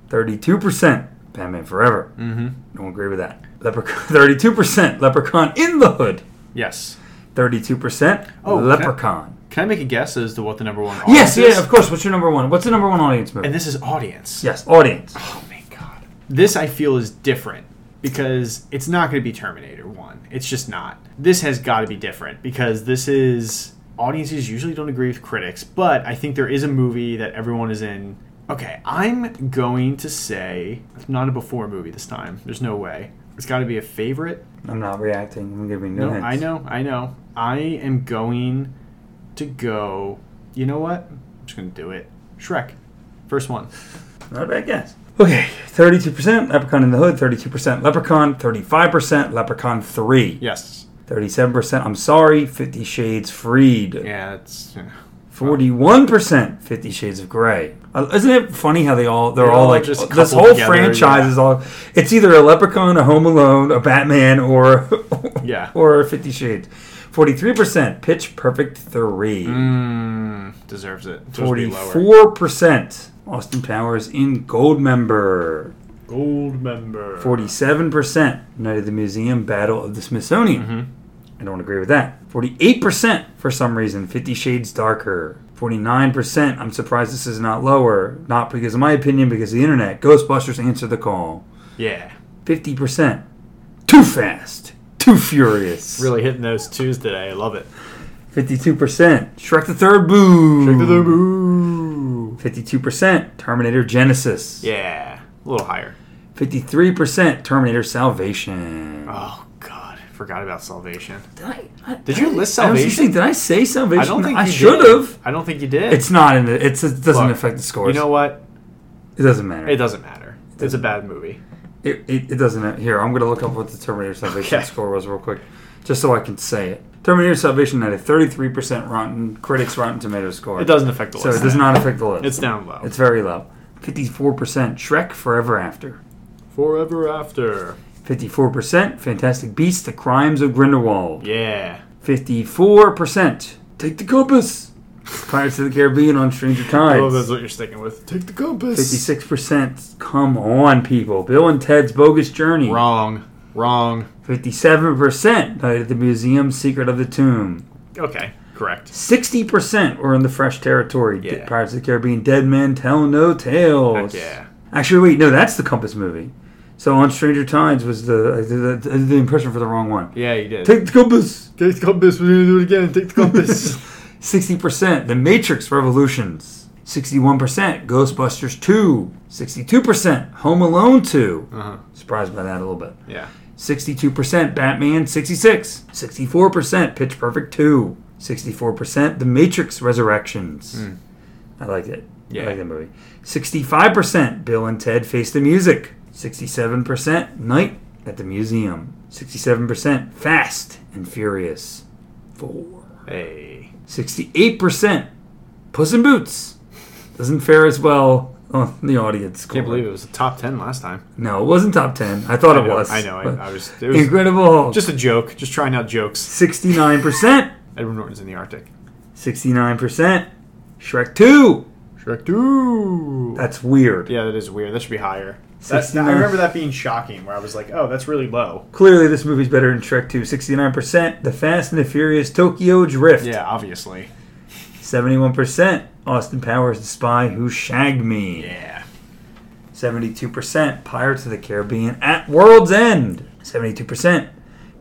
[SPEAKER 1] 32%. Batman Forever.
[SPEAKER 2] Mm-hmm.
[SPEAKER 1] Don't agree with that. Leprechaun 32%. Leprechaun in the Hood.
[SPEAKER 2] Yes.
[SPEAKER 1] 32%.
[SPEAKER 2] Oh, okay.
[SPEAKER 1] Leprechaun.
[SPEAKER 2] Can I make a guess as to what the number one
[SPEAKER 1] Yes,
[SPEAKER 2] audience
[SPEAKER 1] yeah,
[SPEAKER 2] is?
[SPEAKER 1] of course. What's your number one? What's the number one audience movie?
[SPEAKER 2] And this is audience.
[SPEAKER 1] yes, audience.
[SPEAKER 2] Oh my god. This I feel is different because it's not going to be Terminator 1. It's just not. This has got to be different because this is audiences usually don't agree with critics, but I think there is a movie that everyone is in. Okay, I'm going to say it's not a before movie this time. There's no way. It's got to be a favorite.
[SPEAKER 1] I'm not reacting. I'm giving no,
[SPEAKER 2] No,
[SPEAKER 1] hints.
[SPEAKER 2] I know, I know. I am going to go. You know what? I'm just going to do it. Shrek. First one.
[SPEAKER 1] Not a bad guess. Okay, 32% Leprechaun in the Hood, 32% Leprechaun, 35% Leprechaun 3,
[SPEAKER 2] Yes.
[SPEAKER 1] 37% I'm Sorry, 50 Shades Freed,
[SPEAKER 2] Yeah, it's. yeah.
[SPEAKER 1] 41% 50 Shades of Grey. Uh, isn't it funny how they all, they're
[SPEAKER 2] They
[SPEAKER 1] all
[SPEAKER 2] all
[SPEAKER 1] like,
[SPEAKER 2] just
[SPEAKER 1] this
[SPEAKER 2] coupled
[SPEAKER 1] whole
[SPEAKER 2] together,
[SPEAKER 1] franchise
[SPEAKER 2] yeah.
[SPEAKER 1] is all, it's either a Leprechaun, a Home Alone, a Batman, or,
[SPEAKER 2] Yeah.
[SPEAKER 1] or 50 Shades. 43% Pitch Perfect 3,
[SPEAKER 2] Mm, deserves it. It's supposed to be lower.
[SPEAKER 1] 44% Austin Powers in Goldmember.
[SPEAKER 2] Gold member.
[SPEAKER 1] 47% Night of the Museum Battle of the Smithsonian.
[SPEAKER 2] Mhm.
[SPEAKER 1] I don't agree with that. 48% for some reason, Fifty Shades Darker. 49%, I'm surprised this is not lower. Not because of my opinion, because of the internet. Ghostbusters answer the call.
[SPEAKER 2] Yeah.
[SPEAKER 1] 50%, too fast, too furious.
[SPEAKER 2] Really hitting those twos today. I love it.
[SPEAKER 1] 52%, Shrek the Third Boo.
[SPEAKER 2] Boo.
[SPEAKER 1] 52% Terminator Genesis.
[SPEAKER 2] Yeah, a little higher.
[SPEAKER 1] 53% Terminator Salvation.
[SPEAKER 2] Oh God, I forgot about Salvation.
[SPEAKER 1] Did, I, I-
[SPEAKER 2] Did you list
[SPEAKER 1] I was just
[SPEAKER 2] Salvation?
[SPEAKER 1] thinking, did I say Salvation?
[SPEAKER 2] I don't think
[SPEAKER 1] I
[SPEAKER 2] you
[SPEAKER 1] should
[SPEAKER 2] did.
[SPEAKER 1] have.
[SPEAKER 2] I don't think you did.
[SPEAKER 1] It's not in the. It's, it doesn't
[SPEAKER 2] Look,
[SPEAKER 1] affect the scores.
[SPEAKER 2] you know what?
[SPEAKER 1] it doesn't matter.
[SPEAKER 2] It
[SPEAKER 1] It,
[SPEAKER 2] doesn't matter. It's a bad movie.
[SPEAKER 1] it, it doesn't. Here, I'm gonna look up what the Terminator Salvation
[SPEAKER 2] Okay.
[SPEAKER 1] score was real quick, just so I can say it. Terminator Salvation had a 33% Rotten Critics Rotten Tomato score.
[SPEAKER 2] It doesn't affect the
[SPEAKER 1] So
[SPEAKER 2] list.
[SPEAKER 1] it does not affect the list.
[SPEAKER 2] It's down low.
[SPEAKER 1] It's very low. 54% Shrek Forever After.
[SPEAKER 2] Forever After.
[SPEAKER 1] 54% Fantastic Beasts: The Crimes of Grindelwald.
[SPEAKER 2] Yeah.
[SPEAKER 1] 54% Take the Compass. Pirates of the Caribbean on Stranger
[SPEAKER 2] I love
[SPEAKER 1] Tides.
[SPEAKER 2] that's what you're sticking with. Take the compass.
[SPEAKER 1] 56% Come on, people. Bill and Ted's Bogus Journey.
[SPEAKER 2] Wrong. Wrong.
[SPEAKER 1] 57% Night at the Museum, Secret of the Tomb.
[SPEAKER 2] Okay. Correct.
[SPEAKER 1] 60% were in the fresh territory.
[SPEAKER 2] Yeah.
[SPEAKER 1] Di- Pirates of the Caribbean, Dead Men Tell No Tales.
[SPEAKER 2] Yeah.
[SPEAKER 1] Actually, wait, no, that's the Compass movie. So on Stranger Tides was the I did the, I did the impression for the wrong one.
[SPEAKER 2] Yeah, you did.
[SPEAKER 1] Take the Compass.
[SPEAKER 2] Take the compass. We're gonna do it again. Take the compass.
[SPEAKER 1] 60%, The Matrix Revolutions. 61%, Ghostbusters 2. 62%, Home Alone 2.
[SPEAKER 2] uh huh.
[SPEAKER 1] Surprised by that a little bit.
[SPEAKER 2] Yeah.
[SPEAKER 1] 62%, Batman 66. 64%, Pitch Perfect 2. 64%, The Matrix Resurrections.
[SPEAKER 2] Mm.
[SPEAKER 1] I liked it. I
[SPEAKER 2] Yeah.
[SPEAKER 1] like that movie. 65%, Bill and Ted Face the Music. 67%, Night at the Museum. 67%, Fast and Furious 4.
[SPEAKER 2] Hey.
[SPEAKER 1] 68% Puss in Boots. Doesn't fare as well on the audience score.
[SPEAKER 2] Can't believe it was the top ten last time.
[SPEAKER 1] No, it wasn't top 10. I thought
[SPEAKER 2] I
[SPEAKER 1] it
[SPEAKER 2] know,
[SPEAKER 1] was.
[SPEAKER 2] I know.
[SPEAKER 1] but-
[SPEAKER 2] I, I was. It was
[SPEAKER 1] Incredible Hulk.
[SPEAKER 2] just a joke. Just trying out jokes.
[SPEAKER 1] 69%.
[SPEAKER 2] Edward Norton's in the Arctic.
[SPEAKER 1] 69%. Shrek 2.
[SPEAKER 2] Shrek two.
[SPEAKER 1] That's weird.
[SPEAKER 2] Yeah, that is weird. That should be higher. That's, I
[SPEAKER 1] 69.
[SPEAKER 2] remember that being shocking. Where I was like, "Oh, that's really low."
[SPEAKER 1] Clearly, this movie's better than Shrek 2. 69%. The Fast and the Furious Tokyo Drift.
[SPEAKER 2] Yeah, obviously.
[SPEAKER 1] 71%. Austin Powers, The Spy Who Shagged Me.
[SPEAKER 2] Yeah.
[SPEAKER 1] 72% Pirates of the Caribbean at World's End. 72%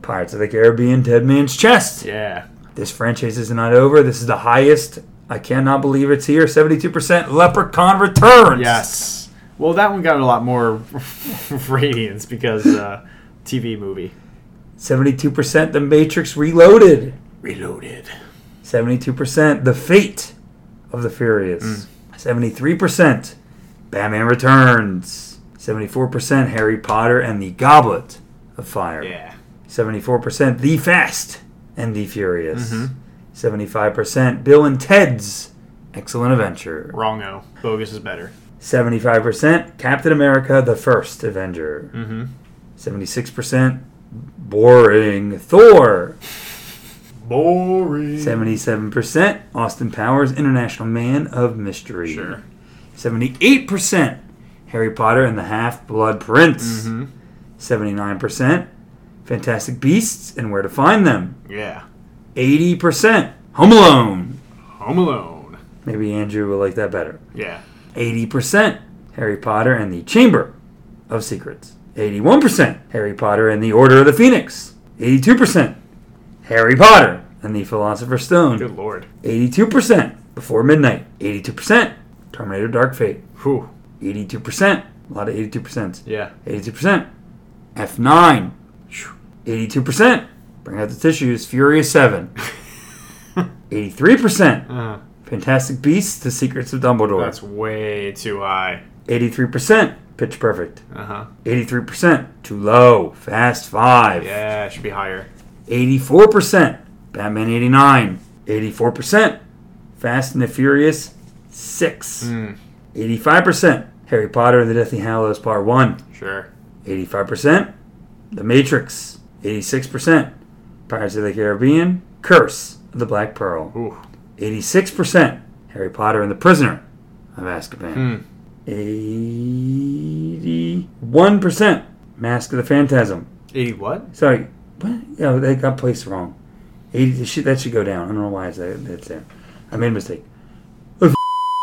[SPEAKER 1] Pirates of the Caribbean Dead Man's Chest.
[SPEAKER 2] Yeah.
[SPEAKER 1] This franchise is not over. This is the highest. I cannot believe it's here. 72% Leprechaun Returns.
[SPEAKER 2] Yes. Well, that one got a lot more ratings because uh, TV movie.
[SPEAKER 1] 72% The Matrix Reloaded.
[SPEAKER 2] Reloaded.
[SPEAKER 1] 72% The Fate of the
[SPEAKER 2] Mm.
[SPEAKER 1] Furious. 73% Batman Returns. 74% Harry Potter and the Goblet of Fire.
[SPEAKER 2] Yeah.
[SPEAKER 1] 74% The Fast and The Furious.
[SPEAKER 2] Mhm.
[SPEAKER 1] 75% Bill and Ted's Excellent Adventure.
[SPEAKER 2] Wrongo. Bogus is better.
[SPEAKER 1] 75% Captain America The First Avenger.
[SPEAKER 2] Mm-hmm.
[SPEAKER 1] 76% Boring Thor.
[SPEAKER 2] Boring.
[SPEAKER 1] 77% Austin Powers International Man of Mystery.
[SPEAKER 2] Sure.
[SPEAKER 1] 78% Harry Potter and the Half Blood Prince.
[SPEAKER 2] Mm-hmm.
[SPEAKER 1] 79% Fantastic Beasts and Where to Find Them.
[SPEAKER 2] Yeah.
[SPEAKER 1] 80% Home Alone.
[SPEAKER 2] Home Alone.
[SPEAKER 1] Maybe Andrew will like that better.
[SPEAKER 2] Yeah.
[SPEAKER 1] 80% Harry Potter and the Chamber of Secrets. 81% Harry Potter and the Order of the Phoenix. 82% Harry Potter and the Philosopher's Stone.
[SPEAKER 2] Good lord.
[SPEAKER 1] 82% Before Midnight. 82% Terminator Dark Fate.
[SPEAKER 2] Whew.
[SPEAKER 1] 82%. A lot of 82%.
[SPEAKER 2] Yeah.
[SPEAKER 1] 82%. F9. 82%. Bring out the tissues. Furious 7. 83%.
[SPEAKER 2] Uh,
[SPEAKER 1] Fantastic Beasts, The Secrets of Dumbledore.
[SPEAKER 2] that's way too high.
[SPEAKER 1] 83%. Pitch Perfect.
[SPEAKER 2] Uh huh.
[SPEAKER 1] 83%. Too Low. Fast 5.
[SPEAKER 2] Yeah, it should be higher.
[SPEAKER 1] 84%. Batman 89. 84%. Fast and the Furious 6.
[SPEAKER 2] Mm,
[SPEAKER 1] 85%. Harry Potter and the Deathly Hallows Part 1.
[SPEAKER 2] sure.
[SPEAKER 1] 85%. The Matrix, 86%. Pirates of the Caribbean, Curse of the Black Pearl,
[SPEAKER 2] Ooh.
[SPEAKER 1] 86%. Harry Potter and the Prisoner of Azkaban,
[SPEAKER 2] Mm.
[SPEAKER 1] 81%. Mask of the Phantasm.
[SPEAKER 2] 80 what?
[SPEAKER 1] Sorry, what? Yeah, they got placed wrong. 80, that should- that should go down. I don't know why it's there. That's there. I made a mistake.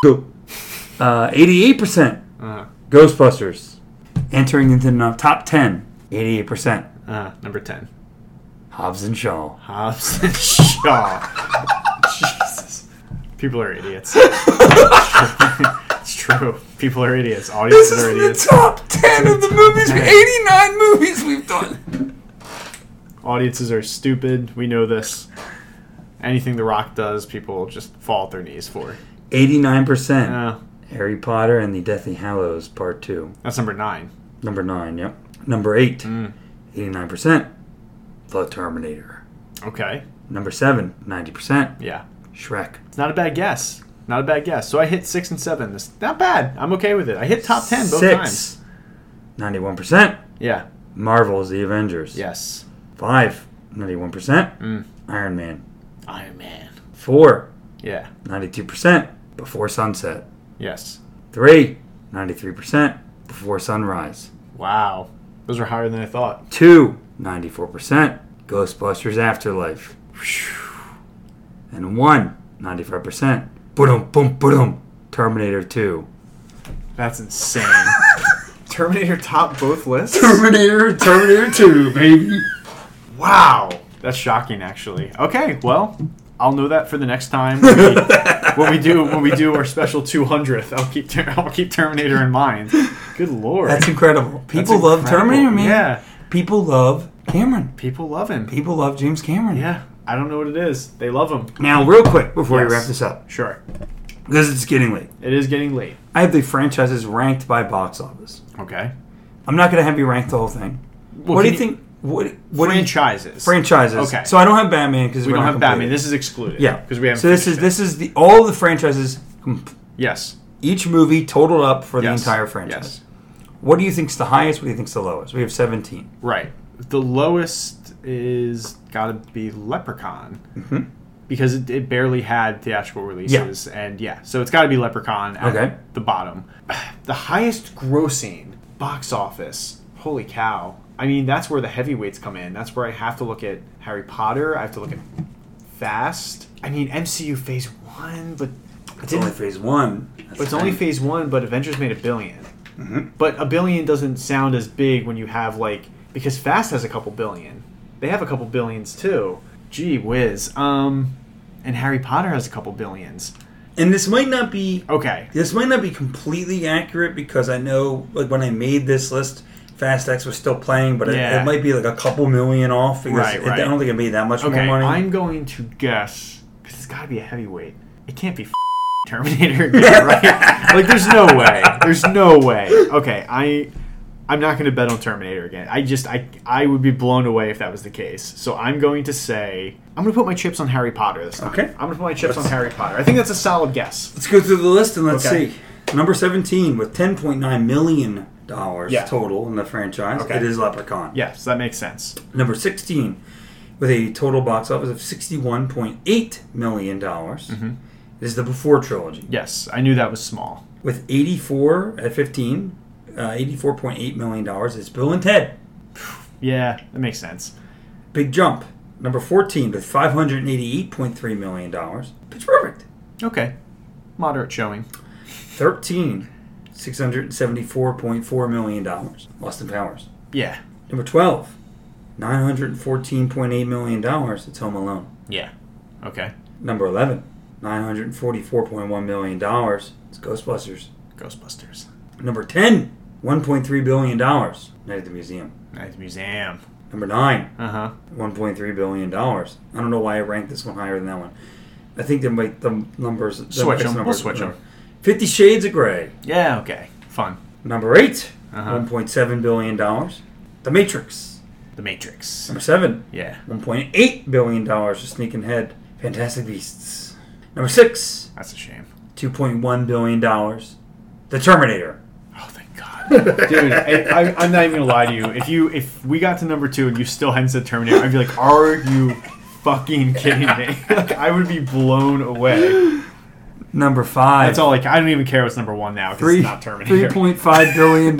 [SPEAKER 1] Go. Uh, 88%.
[SPEAKER 2] Uh
[SPEAKER 1] Ghostbusters entering into the top 10, 88%.
[SPEAKER 2] huh. Uh, number 10.
[SPEAKER 1] Hobbs and Shaw.
[SPEAKER 2] Hobbs and Shaw. Jesus. People are idiots. It's true. People are idiots.
[SPEAKER 1] This
[SPEAKER 2] Audiences
[SPEAKER 1] is
[SPEAKER 2] are
[SPEAKER 1] in the
[SPEAKER 2] idiots.
[SPEAKER 1] top 10 of the movies,
[SPEAKER 2] Hey.
[SPEAKER 1] 89 movies we've done.
[SPEAKER 2] Audiences are stupid. We know this. Anything The Rock does, people just fall at their knees for.
[SPEAKER 1] 89%.
[SPEAKER 2] Uh,
[SPEAKER 1] Harry Potter and the Deathly Hallows Part 2.
[SPEAKER 2] that's number nine.
[SPEAKER 1] Number 9, yep. Number 8,
[SPEAKER 2] Mm.
[SPEAKER 1] 89%. The Terminator.
[SPEAKER 2] Okay.
[SPEAKER 1] Number 7, 90%.
[SPEAKER 2] Yeah.
[SPEAKER 1] Shrek.
[SPEAKER 2] It's not a bad guess. Not a bad guess. So I hit six and seven. It's not bad. I'm okay with it. I hit top ten both times.
[SPEAKER 1] 91%.
[SPEAKER 2] Yeah.
[SPEAKER 1] Marvel's The Avengers.
[SPEAKER 2] Yes.
[SPEAKER 1] 5, 91%.
[SPEAKER 2] Mm.
[SPEAKER 1] Iron Man.
[SPEAKER 2] Iron Man.
[SPEAKER 1] 4,
[SPEAKER 2] Yeah.
[SPEAKER 1] 92%. Before Sunset.
[SPEAKER 2] Yes.
[SPEAKER 1] 3, 93%. Before Sunrise.
[SPEAKER 2] Wow. Those are higher than I thought.
[SPEAKER 1] 2, 94%. Ghostbusters Afterlife. And 1, 95%. Boom, boom, boom. Terminator 2.
[SPEAKER 2] That's insane. Terminator top both lists?
[SPEAKER 1] Terminator, Terminator 2, baby.
[SPEAKER 2] Wow. That's shocking actually. Okay, well, I'll know that for the next time when we, when we do when we do our special 200th. I'll keep ter- I'll keep Terminator in mind. Good lord.
[SPEAKER 1] That's incredible.
[SPEAKER 2] That's
[SPEAKER 1] People love
[SPEAKER 2] incredible.
[SPEAKER 1] Terminator, man.
[SPEAKER 2] Yeah.
[SPEAKER 1] People love Cameron.
[SPEAKER 2] People love him.
[SPEAKER 1] People love James Cameron.
[SPEAKER 2] Yeah. I don't know what it is. They love him.
[SPEAKER 1] Now, real quick before
[SPEAKER 2] Yes.
[SPEAKER 1] we wrap this up,
[SPEAKER 2] Sure.
[SPEAKER 1] because it's getting late,
[SPEAKER 2] It is getting late.
[SPEAKER 1] I have the franchises ranked by box office.
[SPEAKER 2] Okay.
[SPEAKER 1] I'm not going to have you rank the whole thing. what do you think? What, what do you-
[SPEAKER 2] franchises?
[SPEAKER 1] franchises?
[SPEAKER 2] Okay.
[SPEAKER 1] So I don't have Batman because
[SPEAKER 2] we don't have Batman. This is excluded.
[SPEAKER 1] yeah,
[SPEAKER 2] Because we haven't.
[SPEAKER 1] So this is
[SPEAKER 2] finished
[SPEAKER 1] this
[SPEAKER 2] it.
[SPEAKER 1] is the all the franchises. com-
[SPEAKER 2] Yes.
[SPEAKER 1] Each movie totaled up for
[SPEAKER 2] Yes.
[SPEAKER 1] the entire franchise. What do you think's the highest? What do you think's the lowest? We have 17.
[SPEAKER 2] Yes. Right. The lowest is gotta be Leprechaun.
[SPEAKER 1] Mhm.
[SPEAKER 2] Because it, it barely had theatrical releases, and yeah, so it's got to be Leprechaun at
[SPEAKER 1] Okay.
[SPEAKER 2] the bottom. The highest grossing box office. Holy cow! I mean, that's where the heavyweights come in. That's where I have to look at Harry Potter. I have to look at Fast. I mean, MCU Phase One, but
[SPEAKER 1] It's only phase one.
[SPEAKER 2] But it's only phase one, but Avengers made a 1000000000
[SPEAKER 1] Mhm.
[SPEAKER 2] But a billion doesn't sound as big when you have like because Fast has a couple billion. They have a couple billions too. Gee whiz. Um, and Harry Potter has a couple billions.
[SPEAKER 1] And this might not be
[SPEAKER 2] Okay.
[SPEAKER 1] This might not be completely accurate because I know, like, when I made this list, Fast X was still playing, but it- it,
[SPEAKER 2] Yeah.
[SPEAKER 1] might be like a couple million off. Because
[SPEAKER 2] Right,
[SPEAKER 1] it,
[SPEAKER 2] right.
[SPEAKER 1] I don't think it'd be that much
[SPEAKER 2] Okay.
[SPEAKER 1] more money.
[SPEAKER 2] I'm going to guess because it's got to be a heavyweight. It can't be f- Terminator, again, right? like, there's no way. There's no way. Okay, I. I'm not going to bet on Terminator again. I just I I would be blown away if that was the case. So I'm going to say I'm going to put my chips on Harry Potter this time.
[SPEAKER 1] Okay.
[SPEAKER 2] I'm going to put my chips on Harry Potter. I think that's a solid guess.
[SPEAKER 1] Let's go through the list and let's
[SPEAKER 2] Okay.
[SPEAKER 1] see. Number 17 with $10.9 million
[SPEAKER 2] Yeah.
[SPEAKER 1] total in the franchise.
[SPEAKER 2] Okay.
[SPEAKER 1] It is Leprechaun.
[SPEAKER 2] Yes, that makes sense.
[SPEAKER 1] Number 16 with a total box office of $61.8 million. It is the Before trilogy.
[SPEAKER 2] Yes, I knew that was small.
[SPEAKER 1] With 84 at 15, uh, $84.8 million is Bill and Ted.
[SPEAKER 2] Yeah, that makes sense.
[SPEAKER 1] Big jump. Number 14 with $588.3 million. Pitch Perfect.
[SPEAKER 2] Okay. Moderate showing.
[SPEAKER 1] 13, $674.4 million. Austin Powers.
[SPEAKER 2] Yeah.
[SPEAKER 1] Number 12, $914.8 million. It's Home Alone.
[SPEAKER 2] Yeah. Okay.
[SPEAKER 1] Number 11, $944.1 million. It's Ghostbusters.
[SPEAKER 2] Ghostbusters.
[SPEAKER 1] Number 10, $1.3 billion. Night at the Museum.
[SPEAKER 2] Night Museum.
[SPEAKER 1] Number 9,
[SPEAKER 2] Uh huh.
[SPEAKER 1] $1.3 billion. I don't know why I ranked this one higher than that one. I think they might, the numbers. the
[SPEAKER 2] Switch
[SPEAKER 1] next
[SPEAKER 2] 'em. We'll
[SPEAKER 1] numbers-
[SPEAKER 2] switch 'em.
[SPEAKER 1] Fifty Shades of Grey.
[SPEAKER 2] Yeah, okay. Fun.
[SPEAKER 1] Number 8
[SPEAKER 2] Uh-huh.
[SPEAKER 1] $1.7 billion. The Matrix.
[SPEAKER 2] The Matrix.
[SPEAKER 1] Number 7,
[SPEAKER 2] Yeah,
[SPEAKER 1] $1.8 billion. Just sneaking ahead. Fantastic Beasts. Number 6,
[SPEAKER 2] that's a shame.
[SPEAKER 1] $2.1 billion. The Terminator.
[SPEAKER 2] Oh, thank God. Dude, I, I, I'm not even gonna lie to you. If you if we got to number two and you still hadn't said Terminator, I'd be like, are you fucking kidding me? like, I would be blown away.
[SPEAKER 1] Number 5.
[SPEAKER 2] That's all. Like, I don't even care what's number one now because
[SPEAKER 1] Three,
[SPEAKER 2] it's not Terminator.
[SPEAKER 1] $3.5 billion.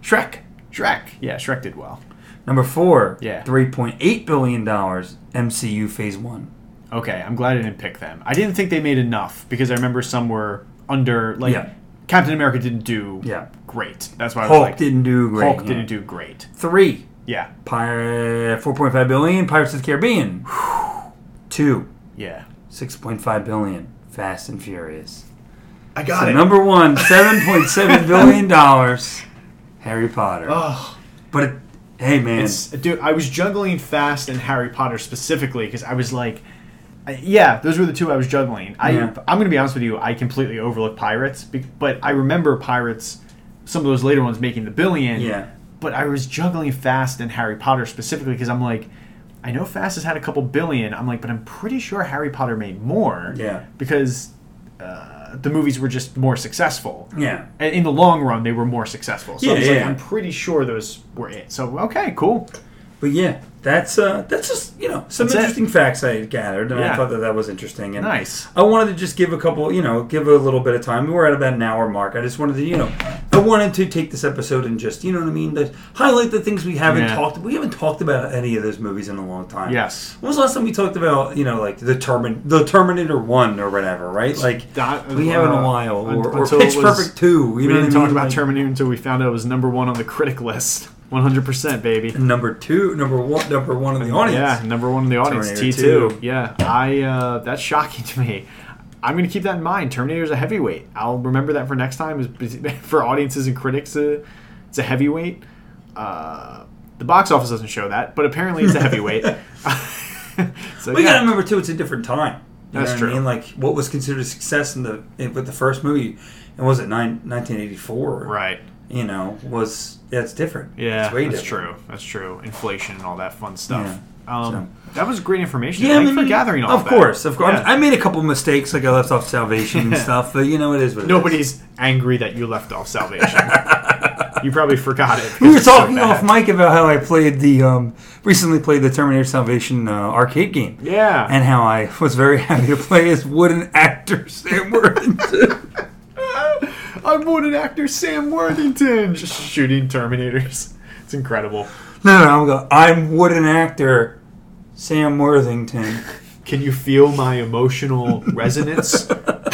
[SPEAKER 1] Shrek.
[SPEAKER 2] Shrek. Yeah, Shrek did well.
[SPEAKER 1] Number 4,
[SPEAKER 2] Yeah.
[SPEAKER 1] $3.8 billion. MCU Phase 1.
[SPEAKER 2] Okay, I'm glad I didn't pick them. I didn't think they made enough because I remember some were under like
[SPEAKER 1] Yeah.
[SPEAKER 2] Captain America didn't do
[SPEAKER 1] Yeah.
[SPEAKER 2] great. That's why I was
[SPEAKER 1] Hulk
[SPEAKER 2] like
[SPEAKER 1] didn't do great.
[SPEAKER 2] Hulk
[SPEAKER 1] yeah.
[SPEAKER 2] didn't do great.
[SPEAKER 1] Three.
[SPEAKER 2] Yeah,
[SPEAKER 1] Pirate, 4.5 billion. Pirates of the Caribbean. Two.
[SPEAKER 2] yeah.
[SPEAKER 1] 6.5 billion. Fast and Furious.
[SPEAKER 2] I got
[SPEAKER 1] so
[SPEAKER 2] it.
[SPEAKER 1] number one, seven point seven billion dollars, Harry Potter.
[SPEAKER 2] Oh,
[SPEAKER 1] But it, hey, man,
[SPEAKER 2] it's, dude, I was juggling Fast and Harry Potter specifically because I was like, I, yeah, those were the two I was juggling. I,
[SPEAKER 1] Yeah.
[SPEAKER 2] I'm going to be honest with you, I completely overlooked Pirates, be- but I remember Pirates, some of those later ones making the billion.
[SPEAKER 1] Yeah.
[SPEAKER 2] But I was juggling Fast and Harry Potter specifically because I'm like, I know Fast has had a couple billion. I'm like, but I'm pretty sure Harry Potter made more.
[SPEAKER 1] Yeah.
[SPEAKER 2] Because uh, the movies were just more successful.
[SPEAKER 1] yeah,
[SPEAKER 2] And in the long run, they were more successful. So I
[SPEAKER 1] Yeah,
[SPEAKER 2] was like,
[SPEAKER 1] yeah.
[SPEAKER 2] I'm pretty sure those were it. So okay, cool.
[SPEAKER 1] but yeah, that's uh, that's just you know some
[SPEAKER 2] That's it.
[SPEAKER 1] interesting facts I had gathered, and
[SPEAKER 2] Yeah.
[SPEAKER 1] I thought that that was interesting. And
[SPEAKER 2] Nice.
[SPEAKER 1] I wanted to just give a couple, you know, give a little bit of time. We're at about an hour mark. I just wanted to, you know, I wanted to take this episode and just, you know what I mean, like, highlight the things we haven't
[SPEAKER 2] Yeah.
[SPEAKER 1] talked. We haven't talked about any of those movies in a long time.
[SPEAKER 2] Yes.
[SPEAKER 1] When was the last time we talked about, you know, like the Termin- the Terminator One or whatever, right? Like
[SPEAKER 2] That-
[SPEAKER 1] we haven't in
[SPEAKER 2] uh,
[SPEAKER 1] a while, or, or
[SPEAKER 2] until it
[SPEAKER 1] Pitch
[SPEAKER 2] was-
[SPEAKER 1] Perfect Two. You
[SPEAKER 2] We
[SPEAKER 1] know what
[SPEAKER 2] didn't
[SPEAKER 1] I
[SPEAKER 2] talk
[SPEAKER 1] mean?
[SPEAKER 2] about
[SPEAKER 1] Like,
[SPEAKER 2] Terminator until we found out it was number one on the critic list. 100%, baby.
[SPEAKER 1] number two, number one, number one in the audience.
[SPEAKER 2] Yeah, number one in the audience.
[SPEAKER 1] Terminator
[SPEAKER 2] T2.
[SPEAKER 1] two.
[SPEAKER 2] Yeah, I. Uh, that's shocking to me. I'm going to keep that in mind. Terminator's a heavyweight. I'll remember that for next time. Is For audiences and critics, uh, it's a heavyweight. Uh, the box office doesn't show that, but apparently it's a heavyweight. so,
[SPEAKER 1] We
[SPEAKER 2] yeah.
[SPEAKER 1] gotta remember too; it's a different time. You
[SPEAKER 2] That's
[SPEAKER 1] know what
[SPEAKER 2] true.
[SPEAKER 1] I mean, like what was considered success in the in, with the first movie, and was it nine, 1984?
[SPEAKER 2] Right.
[SPEAKER 1] You know, was that's different.
[SPEAKER 2] Yeah,
[SPEAKER 1] it's way
[SPEAKER 2] that's
[SPEAKER 1] different.
[SPEAKER 2] true. That's true. Inflation and all that fun stuff.
[SPEAKER 1] Yeah,
[SPEAKER 2] Um, That was great information.
[SPEAKER 1] Yeah,
[SPEAKER 2] Thanks
[SPEAKER 1] I mean,
[SPEAKER 2] for gathering all
[SPEAKER 1] Of
[SPEAKER 2] that.
[SPEAKER 1] course, of course.
[SPEAKER 2] Yeah.
[SPEAKER 1] I made a couple mistakes, like I left off Salvation and stuff, but you know it is what it is.
[SPEAKER 2] Nobody's angry that you left off Salvation. you probably forgot it.
[SPEAKER 1] We were
[SPEAKER 2] because it's so
[SPEAKER 1] talking off
[SPEAKER 2] bad.
[SPEAKER 1] mic about how I played the um, recently played the Terminator Salvation uh, arcade game.
[SPEAKER 2] Yeah.
[SPEAKER 1] and how I was very happy to play as wooden actor Sam Worthington.
[SPEAKER 2] I'm one an actor, Sam Worthington, just shooting Terminators. It's incredible.
[SPEAKER 1] no, no, I'm going. I'm wooden actor Sam Worthington.
[SPEAKER 2] Can you feel my emotional resonance?
[SPEAKER 1] What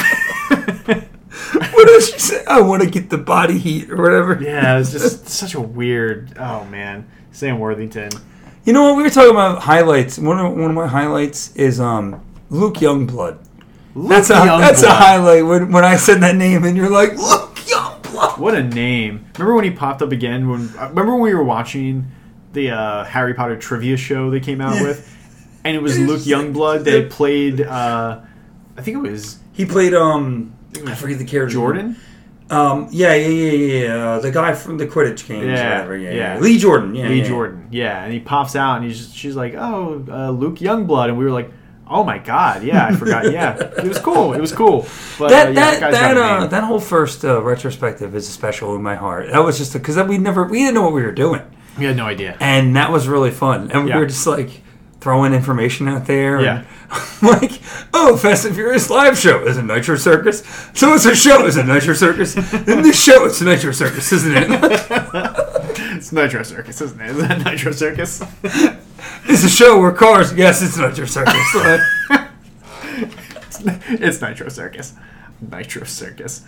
[SPEAKER 1] did she say? I want to get the body heat or whatever.
[SPEAKER 2] yeah, it's just such a weird. Oh man, Sam Worthington.
[SPEAKER 1] You know what? We were talking about highlights. One of one of my highlights is um Luke Youngblood. That's a
[SPEAKER 2] Luke Youngblood.
[SPEAKER 1] that's a highlight when when I said that name and you're like Luke Youngblood.
[SPEAKER 2] What a name! Remember when he popped up again? When uh, remember when we were watching the uh, Harry Potter trivia show they came out
[SPEAKER 1] Yeah.
[SPEAKER 2] with, and it was
[SPEAKER 1] It's
[SPEAKER 2] Luke
[SPEAKER 1] just-
[SPEAKER 2] Youngblood that played. Uh, I think it was
[SPEAKER 1] He played um I forget the character
[SPEAKER 2] Jordan.
[SPEAKER 1] Um yeah yeah yeah yeah, yeah uh, the guy from the Quidditch games
[SPEAKER 2] Yeah,
[SPEAKER 1] or whatever yeah,
[SPEAKER 2] yeah.
[SPEAKER 1] yeah. Lee Jordan yeah
[SPEAKER 2] Lee
[SPEAKER 1] yeah.
[SPEAKER 2] Jordan. Yeah, and he pops out and he's just, she's like, "Oh, uh, Luke Youngblood," and we were like, "Oh my god, yeah, I forgot." Yeah, it was cool. It was cool. But,
[SPEAKER 1] that
[SPEAKER 2] uh, yeah,
[SPEAKER 1] that
[SPEAKER 2] guy's
[SPEAKER 1] that,
[SPEAKER 2] got a
[SPEAKER 1] uh,
[SPEAKER 2] name.
[SPEAKER 1] that whole first uh, retrospective is special in my heart. That was just because we never we didn't know what we were doing,
[SPEAKER 2] we had no idea.
[SPEAKER 1] and that was really fun. And we
[SPEAKER 2] Yeah.
[SPEAKER 1] were just like throwing information out there. and
[SPEAKER 2] Yeah.
[SPEAKER 1] like, oh, Fast and Furious live show is a Nitro Circus. So it's a show is a Nitro Circus. and this show is a Nitro Circus, isn't it?
[SPEAKER 2] It's Nitro Circus, isn't it? Isn't that Nitro Circus?
[SPEAKER 1] it's a show where cars. Yes, it's Nitro Circus. Like,
[SPEAKER 2] it's Nitro Circus. Nitro Circus.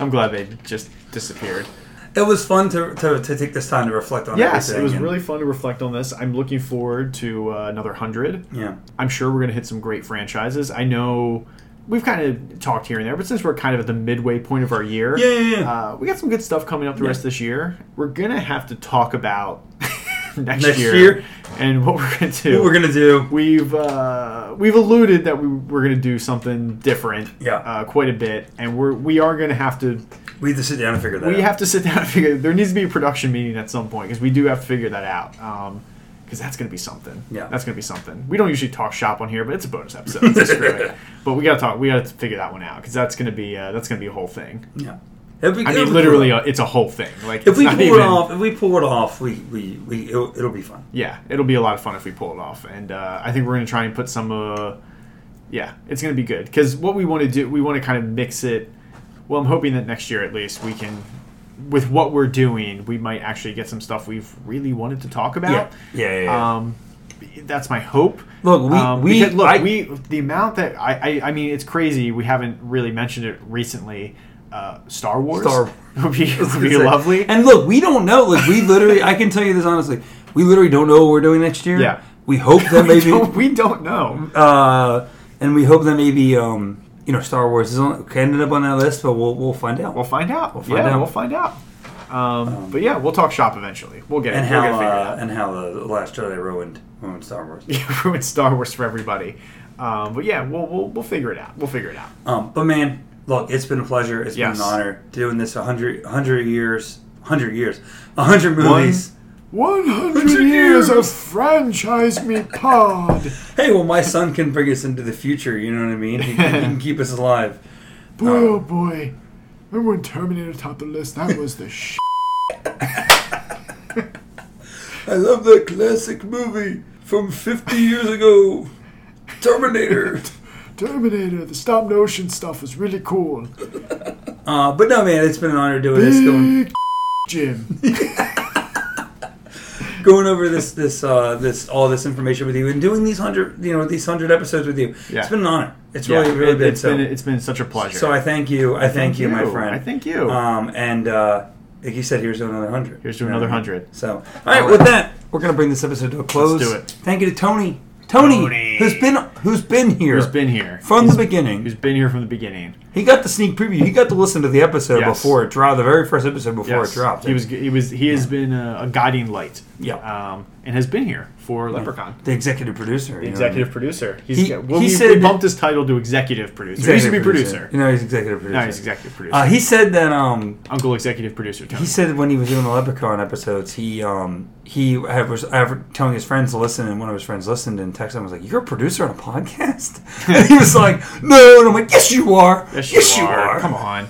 [SPEAKER 2] I'm glad they just disappeared.
[SPEAKER 1] it was fun to, to to take this time to reflect on.
[SPEAKER 2] Yes, it
[SPEAKER 1] everything
[SPEAKER 2] was
[SPEAKER 1] and-
[SPEAKER 2] really fun to reflect on this. I'm looking forward to uh, another 100.
[SPEAKER 1] yeah.
[SPEAKER 2] I'm sure we're going to hit some great franchises. I know we've kind of talked here and there, but since we're kind of at the midway point of our year,
[SPEAKER 1] Yeah, yeah, yeah.
[SPEAKER 2] Uh, we got some good stuff coming up the rest of this year. We're going to have to talk about next,
[SPEAKER 1] Next
[SPEAKER 2] year,
[SPEAKER 1] year.
[SPEAKER 2] and what we're going to do.
[SPEAKER 1] What we're gonna do?
[SPEAKER 2] We've uh, we've alluded that we were going to do something different,
[SPEAKER 1] Yeah.
[SPEAKER 2] uh, quite a bit, and we're we are going to have to
[SPEAKER 1] We have to sit down and figure that.
[SPEAKER 2] we
[SPEAKER 1] out.
[SPEAKER 2] have to sit down and figure. There needs to be a production meeting at some point because we do have to figure that out. Um, because that's going to be something.
[SPEAKER 1] Yeah.
[SPEAKER 2] that's going to be something. We don't usually talk shop on here, but it's a bonus episode. so screw it. But we got to talk. We got to figure that one out because that's going to be uh, that's going to be a whole thing.
[SPEAKER 1] Yeah. It'd be-
[SPEAKER 2] I
[SPEAKER 1] it'd be
[SPEAKER 2] mean,
[SPEAKER 1] cool.
[SPEAKER 2] literally, uh, it's a whole thing. Like
[SPEAKER 1] If
[SPEAKER 2] it's
[SPEAKER 1] we
[SPEAKER 2] not
[SPEAKER 1] pull
[SPEAKER 2] even-
[SPEAKER 1] it off, if we pull it off, we we, we it'll, it'll be fun.
[SPEAKER 2] yeah, it'll be a lot of fun if we pull it off. And uh, I think we're going to try and put some. Uh, yeah, it's going to be good because what we want to do, we want to kind of mix it. Well, I'm hoping that next year at least we can, with what we're doing, we might actually get some stuff we've really wanted to talk about.
[SPEAKER 1] Yeah, yeah, yeah, yeah.
[SPEAKER 2] Um, that's my hope. Um,
[SPEAKER 1] Look, we- we-
[SPEAKER 2] because, look,
[SPEAKER 1] I-
[SPEAKER 2] we the amount that I, I I mean, it's crazy. We haven't really mentioned it recently. Uh, Star Wars
[SPEAKER 1] Star Wars.
[SPEAKER 2] would be would be lovely.
[SPEAKER 1] And look, we don't know. Like we literally, I can tell you this honestly. We literally don't know what we're doing next year.
[SPEAKER 2] Yeah.
[SPEAKER 1] We hope that
[SPEAKER 2] we,
[SPEAKER 1] maybe,
[SPEAKER 2] don't, we don't know.
[SPEAKER 1] uh, and we hope that maybe um, you know, Star Wars is on, could ended up on that list, but we'll we'll find out.
[SPEAKER 2] We'll find out.
[SPEAKER 1] We'll find
[SPEAKER 2] yeah,
[SPEAKER 1] out.
[SPEAKER 2] we'll find out. Um, but yeah, we'll talk shop eventually. We'll get it.
[SPEAKER 1] and
[SPEAKER 2] we'll
[SPEAKER 1] how
[SPEAKER 2] get it figured
[SPEAKER 1] uh,
[SPEAKER 2] out.
[SPEAKER 1] and how the, the Last Jedi ruined ruined Star Wars.
[SPEAKER 2] You ruined Star Wars for everybody. Um, but yeah, we'll, we'll we'll figure it out. We'll figure it out.
[SPEAKER 1] Um, but man, look, it's been a pleasure. It's
[SPEAKER 2] Yes.
[SPEAKER 1] been an honor doing this 100, 100 years, hundred years, hundred movies.
[SPEAKER 2] One hundred
[SPEAKER 1] 100 years of
[SPEAKER 2] franchise me pod.
[SPEAKER 1] Hey, well, my son can bring us into the future. You know what I mean? He, can- he can keep us alive.
[SPEAKER 2] Boy, oh boy. Remember when Terminator topped the list? That was the sh.
[SPEAKER 1] I love that classic movie from fifty years ago, Terminator.
[SPEAKER 2] Terminator, the stop motion stuff was really cool.
[SPEAKER 1] uh, but no, man, it's been an honor doing this. Going,
[SPEAKER 2] Jim.
[SPEAKER 1] going over this this uh, this all this information with you and doing these hundred you know these hundred episodes with you.
[SPEAKER 2] Yeah.
[SPEAKER 1] It's been an honor. It's really really
[SPEAKER 2] it,
[SPEAKER 1] been
[SPEAKER 2] has
[SPEAKER 1] so.
[SPEAKER 2] been it's been such a pleasure.
[SPEAKER 1] so I thank you. I thank, you, my
[SPEAKER 2] you.
[SPEAKER 1] friend.
[SPEAKER 2] I thank you.
[SPEAKER 1] Um, and uh, like you said, here's to another hundred.
[SPEAKER 2] Here's to another 100.
[SPEAKER 1] So, all right. With that, we're gonna bring this episode to a close.
[SPEAKER 2] do it.
[SPEAKER 1] Thank you to Tony. Tony,
[SPEAKER 2] Tony.
[SPEAKER 1] who's been who's been here
[SPEAKER 2] Who's been here?
[SPEAKER 1] from the beginning.
[SPEAKER 2] Who's been here from the beginning?
[SPEAKER 1] He got the sneak preview. He got to listen to the episode
[SPEAKER 2] Yes.
[SPEAKER 1] before it dropped. The very first episode before
[SPEAKER 2] Yes.
[SPEAKER 1] it dropped.
[SPEAKER 2] He was. He was. He has been a, a guiding light.
[SPEAKER 1] Yeah.
[SPEAKER 2] Um, and has been here for Leprechaun.
[SPEAKER 1] the executive producer. The
[SPEAKER 2] Executive producer. He's,
[SPEAKER 1] He-
[SPEAKER 2] well,
[SPEAKER 1] he
[SPEAKER 2] we,
[SPEAKER 1] said
[SPEAKER 2] we
[SPEAKER 1] that-
[SPEAKER 2] bumped his title to executive producer. he used to be producer.
[SPEAKER 1] You know, he's executive producer.
[SPEAKER 2] No, he's executive producer.
[SPEAKER 1] Uh, he said that um,
[SPEAKER 2] Uncle executive producer. Tony.
[SPEAKER 1] he said when he was doing the Leprechaun episodes, he um, he had, was ever telling his friends to listen, and one of his friends listened and texted him was like, "You're a producer on a podcast," and he was like, "No," and I'm like, "Yes, you are.
[SPEAKER 2] Yes, you, are. Come on,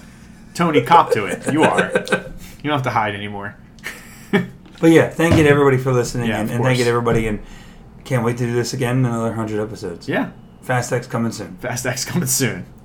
[SPEAKER 2] Tony, cop to it. You are. you don't have to hide anymore.
[SPEAKER 1] But yeah, thank you to everybody for listening,
[SPEAKER 2] Yeah,
[SPEAKER 1] and,
[SPEAKER 2] of
[SPEAKER 1] and thank you
[SPEAKER 2] course.
[SPEAKER 1] to everybody, and can't wait to do this again in another hundred episodes.
[SPEAKER 2] Yeah.
[SPEAKER 1] Fast X coming soon.
[SPEAKER 2] Fast X coming soon.